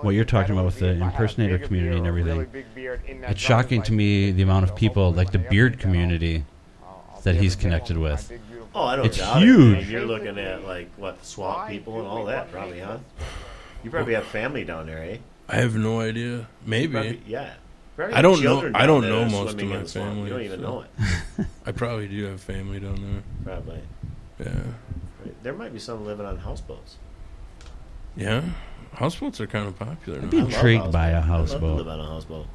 C: what you're talking about with the impersonator community and everything. It's shocking to me the amount of people, like the beard community, that he's connected with.
K: Oh, I don't
C: It's
K: doubt it.
C: huge.
K: You're looking at like what the swamp people and all that, probably, huh? You probably have family down there, eh?
G: I have no idea. Maybe.
K: Probably- yeah. Probably
G: I don't know.
K: children
G: I
K: down
G: don't
K: there
G: know
K: that are
G: most of
K: swimming in
G: my
K: the swamp.
G: family.
K: You don't even know
G: it. I probably do have family down there.
K: Probably.
G: Yeah.
K: Right. There might be some living on houseboats.
G: Yeah. Houseboats are kind of popular.
K: I'd
G: now.
K: be I love intrigued
C: by a
K: I'd love to
C: houseboat.
K: live on a houseboat.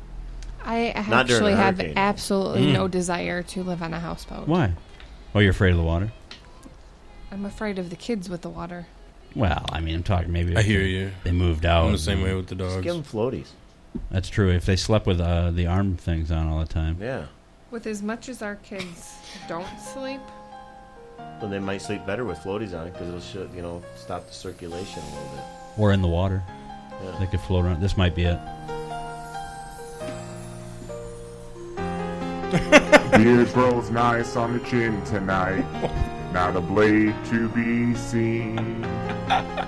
H: I
K: Not during
H: actually
K: a
H: have
K: hurricane.
H: absolutely
C: Mm.
H: no desire to live on a houseboat.
C: Why? Oh, you're afraid of the water?
H: I'm afraid of the kids with the water.
C: Well, I mean, I'm talking maybe.
G: I
C: if
G: hear you.
C: They moved out.
G: I'm the same
C: and-
G: way with the dogs.
K: Give them floaties.
C: That's true. If they slept with uh, the arm things on all the time.
K: Yeah.
H: With as much as our kids don't sleep,
K: But they might sleep better with floaties on it because it'll, sh- you know, stop the circulation a little bit.
C: Or in the water.
K: Yeah.
C: They could float around. This might be it.
L: Beard grows nice on the chin tonight. Not a blade to be seen.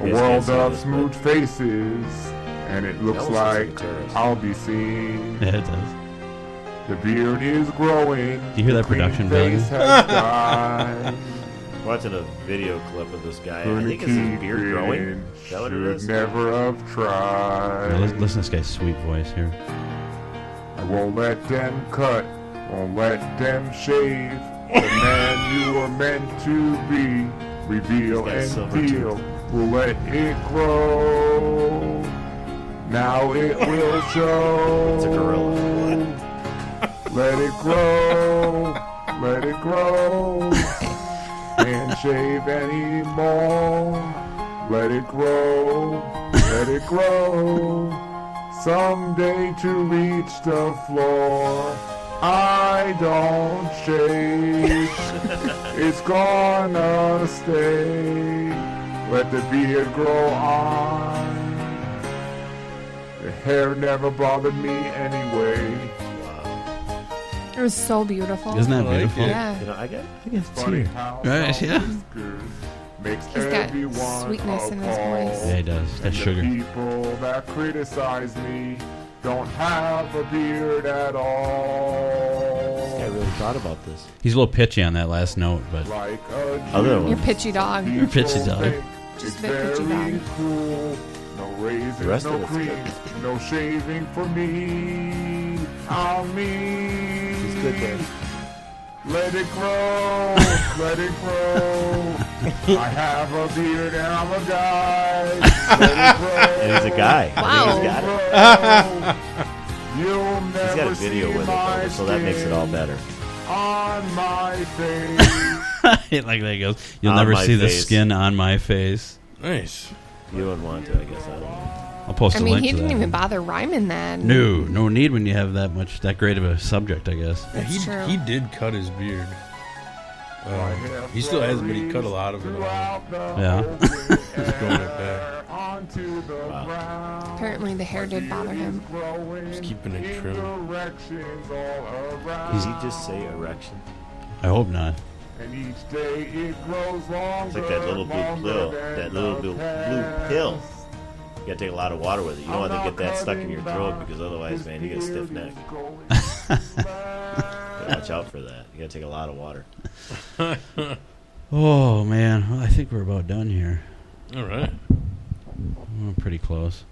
L: A
K: Yes,
L: world
K: yes,
L: of
K: yes,
L: smooth faces, and it looks
K: That almost
L: like
K: looks like a terrorist.
L: I'll be seen.
C: Yeah, it does.
L: The beard is growing.
C: Do you hear
L: the
C: that production
L: clean face
C: value?
L: has died.
K: Watching a video clip of this guy. I
L: Gonna
K: think it's his
L: keep
K: beard
L: it
K: growing.
L: in.
K: Is that what it
L: Should
K: is?
L: never have
C: Now,
L: tried.
C: lis- listen to this guy's sweet voice here.
L: I won't let them cut, won't let them shave. The man you were meant to be, reveal
K: This guy's
L: and
K: silver
L: deal. We'll let it grow. Now it will show.
K: It's a gorilla.
L: Let it grow, let it grow. Can't shave anymore. Let it grow, let it grow. Someday to reach the floor. I don't shave. it's gonna stay. Let the beard grow on. The hair never bothered me anyway.
H: it was so beautiful.
C: Isn't that beautiful?
H: Yeah.
K: You know, I got
L: Funny how
C: Right, yeah.
L: Oscar makes
H: He's got
L: everyone
H: sweetness in his
L: appalled.
H: voice.
C: Yeah, he does.
L: And
C: That's
L: the
C: sugar.
L: people that criticize me don't have a beard at
K: I
L: all.
K: really thought about this.
C: He's a little pitchy on that last note, but
L: Like a
K: Other
L: Jew,
K: one.
H: You're pitchy dog.
L: people
C: pitchy dog.
L: think
H: Just
L: it's
H: a bit pitchy
L: very
H: dog.
L: cool. No raisins,
K: The rest
L: no
K: of it's
L: cream,
K: good.
L: no shaving for me. I'm me.
K: He's good there.
L: Let it grow, let it grow. I have a beard and I'm a guy. Let it grow.
K: And he's a guy. I think he's
H: Wow.
K: got it.
L: You'll never
K: He's got a video
L: see
K: with it,
L: my
K: though, so that makes it all
L: skin
K: better.
L: On my face.
C: like that goes. You'll
K: On
C: never
K: my
C: see the
K: face.
C: skin on my face.
G: Nice.
K: You wouldn't want to, I guess. I don't know.
C: I'll post
H: I
C: a
H: mean,
C: link
H: he
C: to
H: didn't
C: that.
H: even bother rhyming that.
C: no, no need when you have that much, that great of a subject, I guess.
G: Yeah, he,
H: That's true.
G: he did cut his beard.
K: Oh,
G: Uh, he still has, but he cut a lot of it off.
C: Yeah.
G: He's growing it back.
L: Onto the ground.
H: Apparently, the hair did bother him.
G: Just keeping it trim.
L: Directions all around.
K: Did he just say erection?
C: I hope not.
L: And each day it grows longer.
K: It's like that little blue
L: longer
K: pill.
L: than
K: That little
L: the
K: blue, blue
L: past.
K: pill. You gotta take a lot of water with it. You don't
L: I'm
K: want to get
L: not
K: that stuck in
L: coming
K: your throat
L: back.
K: because otherwise,
L: His
K: man, you get a
L: beard
K: stiff neck.
L: is going
K: Gotta
L: back.
K: Watch out for that. You gotta take a lot of water.
C: Oh man, well, I think we're about done here.
G: All right.
C: We're pretty close.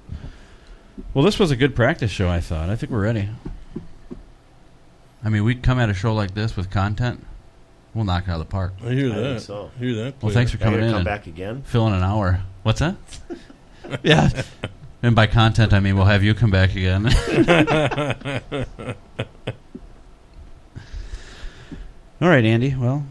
C: Well, this was a good practice show. I thought. I think we're ready. I mean, we come at a show like this with content, we'll knock it out of the park.
G: I hear
K: I
G: that.
K: think so.
G: I hear that.
C: Well,
G: player.
C: thanks for
K: Now you're
C: coming
K: gonna
C: in.
K: come
C: and
K: back again.
C: Filling an hour. What's that? yeah. And by content, I mean we'll have you come back again. All right, Andy. Well,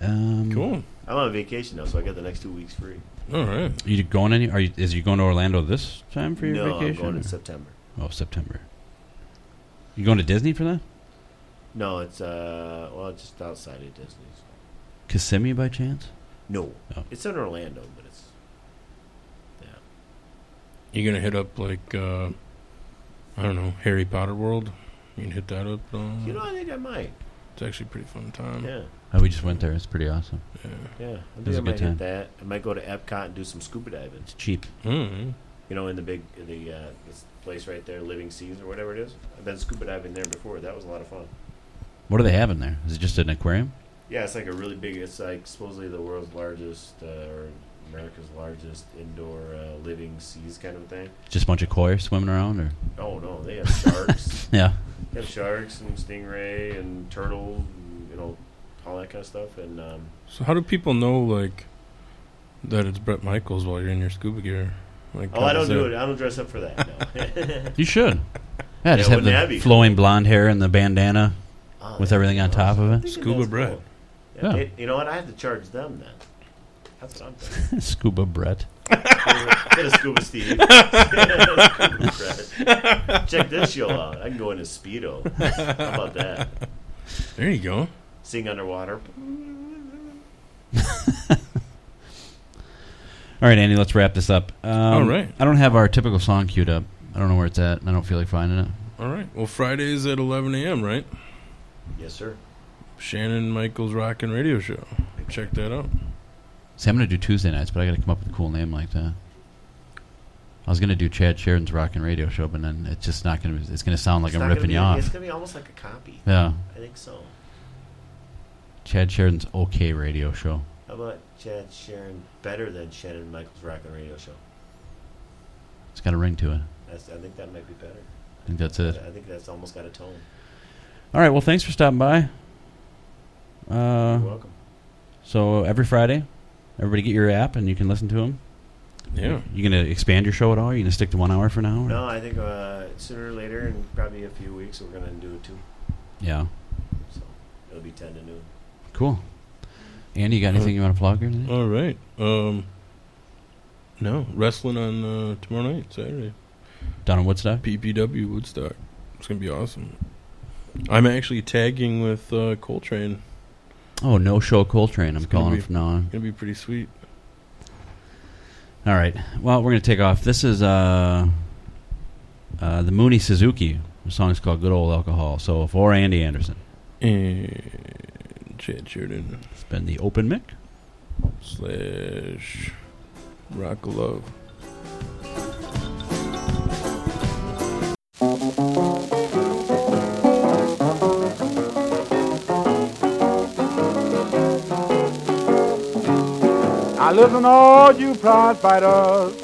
C: um,
G: Cool.
K: I'm on vacation now, so I got the next two weeks free.
G: All right.
C: You going any? Are you? Is you going to Orlando this time for your
K: no,
C: vacation?
K: I'm going in September.
C: oh, September. You going to Disney for that?
K: No, it's uh, well, it's just outside of Disney. so-
C: Kissimmee by chance?
K: No,
C: Oh.
K: it's in Orlando, but it's
G: You gonna hit up like uh, I don't know Harry Potter World? You can hit that up. Uh,
K: you know I think I might.
G: It's actually a pretty fun time.
K: Yeah.
C: Oh, we just went there. It's pretty awesome.
K: Yeah, I
C: It
K: think
C: was
K: I
C: a
K: might
C: good
K: hit
C: time.
K: that. I might go to Epcot and do some scuba diving.
C: It's cheap.
G: Mm.
K: You know, in the big the uh, this place right there, Living Seas or whatever it is. I've been scuba diving there before. That was a lot of fun.
C: What do they have in there? Is it just an aquarium?
K: Yeah, it's like a really big. It's like supposedly the world's largest uh, or America's largest indoor uh, living seas kind of thing.
C: Just a bunch of koi swimming around, or
K: Oh no, they have sharks.
C: Yeah.
K: they have sharks and stingray and turtle. And, you know, all that kind of stuff. And um,
G: So how do people know like that it's Brett Michaels while you're in your scuba gear? Like,
K: oh,
G: how
K: I don't
G: does
K: do
G: that-
K: it. I don't dress up for that. No.
C: you should. Yeah,
K: Yeah,
C: just have
K: wouldn't that
C: the
K: be cool?
C: flowing blonde hair and the bandana with everything on top of it.
G: Scuba Brett.
K: Oh, Yeah,
C: Yeah.
K: they- you know what? I have to charge them then. That's what I'm thinking.
C: Scuba Brett.
K: Get a scuba Steve. Scuba Brett. Check this show out. I can go in a speedo. How about that?
G: There you go.
K: Sing underwater.
C: All right, Andy, let's wrap this up. Um,
G: All right.
C: I don't have our typical song queued up. I don't know where it's at, and I don't feel like finding it.
G: All right. Well, Fridays at 11 a.m. Right?
K: Yes, sir.
G: Shannon Michaels Rock and Radio Show. Check that out.
C: See, I'm going to do Tuesday nights, but I got to come up with a cool name like that. I was going to do Chad Sheridan's Rock and Radio Show, but then it's just not going to. It's going to sound like
K: It's
C: I'm
K: not gonna
C: ripping
K: be-
C: you off.
K: It's gonna be almost like a copy.
C: Yeah.
K: I think so.
C: Chad Sheridan's OK Radio Show.
K: How about Chad Sharon better than Shannon Michaels Rock and Radio Show?
C: It's got a ring to it.
K: That's, I think that might be better.
C: I think that's it.
K: I think that's almost got a tone.
C: All right. Well, thanks for stopping by. Uh,
K: You're welcome.
C: So every Friday, everybody get your app and you can listen to them.
G: Yeah.
C: You gonna expand your show at all? you gonna stick to one hour for now? or-
K: No, I think uh, sooner or later, in probably a few weeks, we're gonna do it too.
C: Yeah.
K: So it'll be ten to noon.
C: Cool. Andy, you got anything you want to plug or anything?
G: All right. Um. No wrestling on uh, tomorrow night, Saturday.
C: Down in Woodstock.
G: PPW Woodstock. It's gonna be awesome. I'm actually tagging with uh, Coltrane.
C: Oh, no show Coltrane. I'm
G: It's gonna
C: calling
G: be-
C: it from now on.
G: Gonna be pretty sweet.
C: All right. Well, we're gonna take off. This is uh, uh, the Mooney Suzuki. The song's called "Good Old Alcohol." So for Andy Anderson,
G: And Chad Sheridan
C: it's been the open mic.
G: slash Rock of Love.
M: I listen to all you prize fighters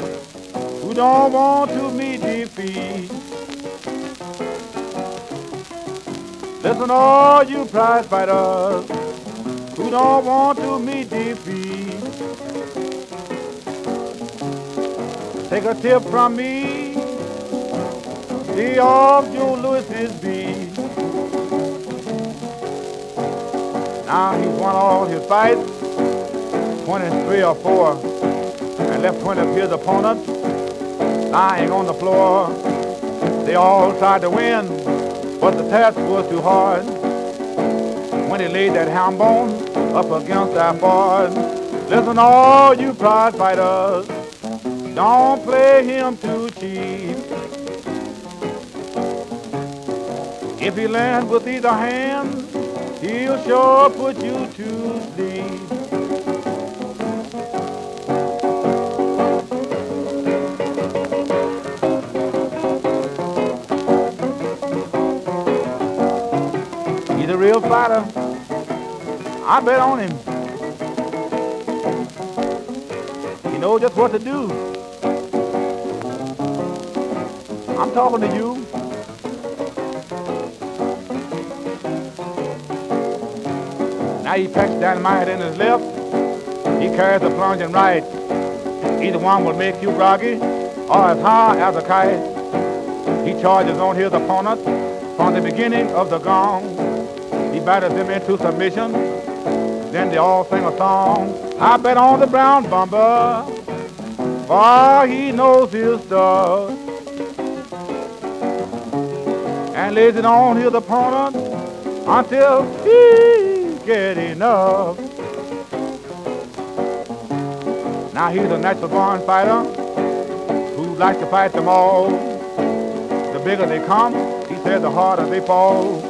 M: who don't want to meet defeat. Listen to all you prize fighters who don't want to meet defeat. Take a tip from me, be off Joe Lewis's beat. Now he's won all his fights. 23 or 4 and left 20 of his opponents lying on the floor. They all tried to win, but the task was too hard. When he laid that hound bone up against that board, listen all you prize fighters, don't play him too cheap. If he lands with either hand, he'll sure put you to sleep. He's a real fighter. I bet on him. He knows just what to do. I'm talking to you. Now he packs dynamite in his left. He carries a plunging right. Either one will make you groggy or as high as a kite. He charges on his opponent from the beginning of the gong. He batters them into submission. Then they all sing a song. I bet on the brown bomber. For he knows his stuff. And lays it on his opponent until he get enough. Now he's a natural born fighter who likes to fight them all. The bigger they come, he said, the harder they fall.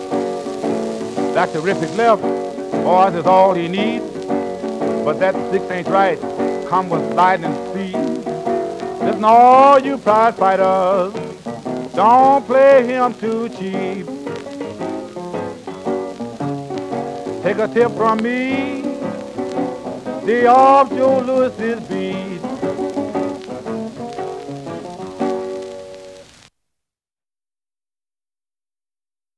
M: That terrific left, boys, is all he needs. But that six ain't right, come with lightning speed. Listen, all you prize fighters, don't play him too cheap. Take a tip from me, the off Joe Lewis's beat.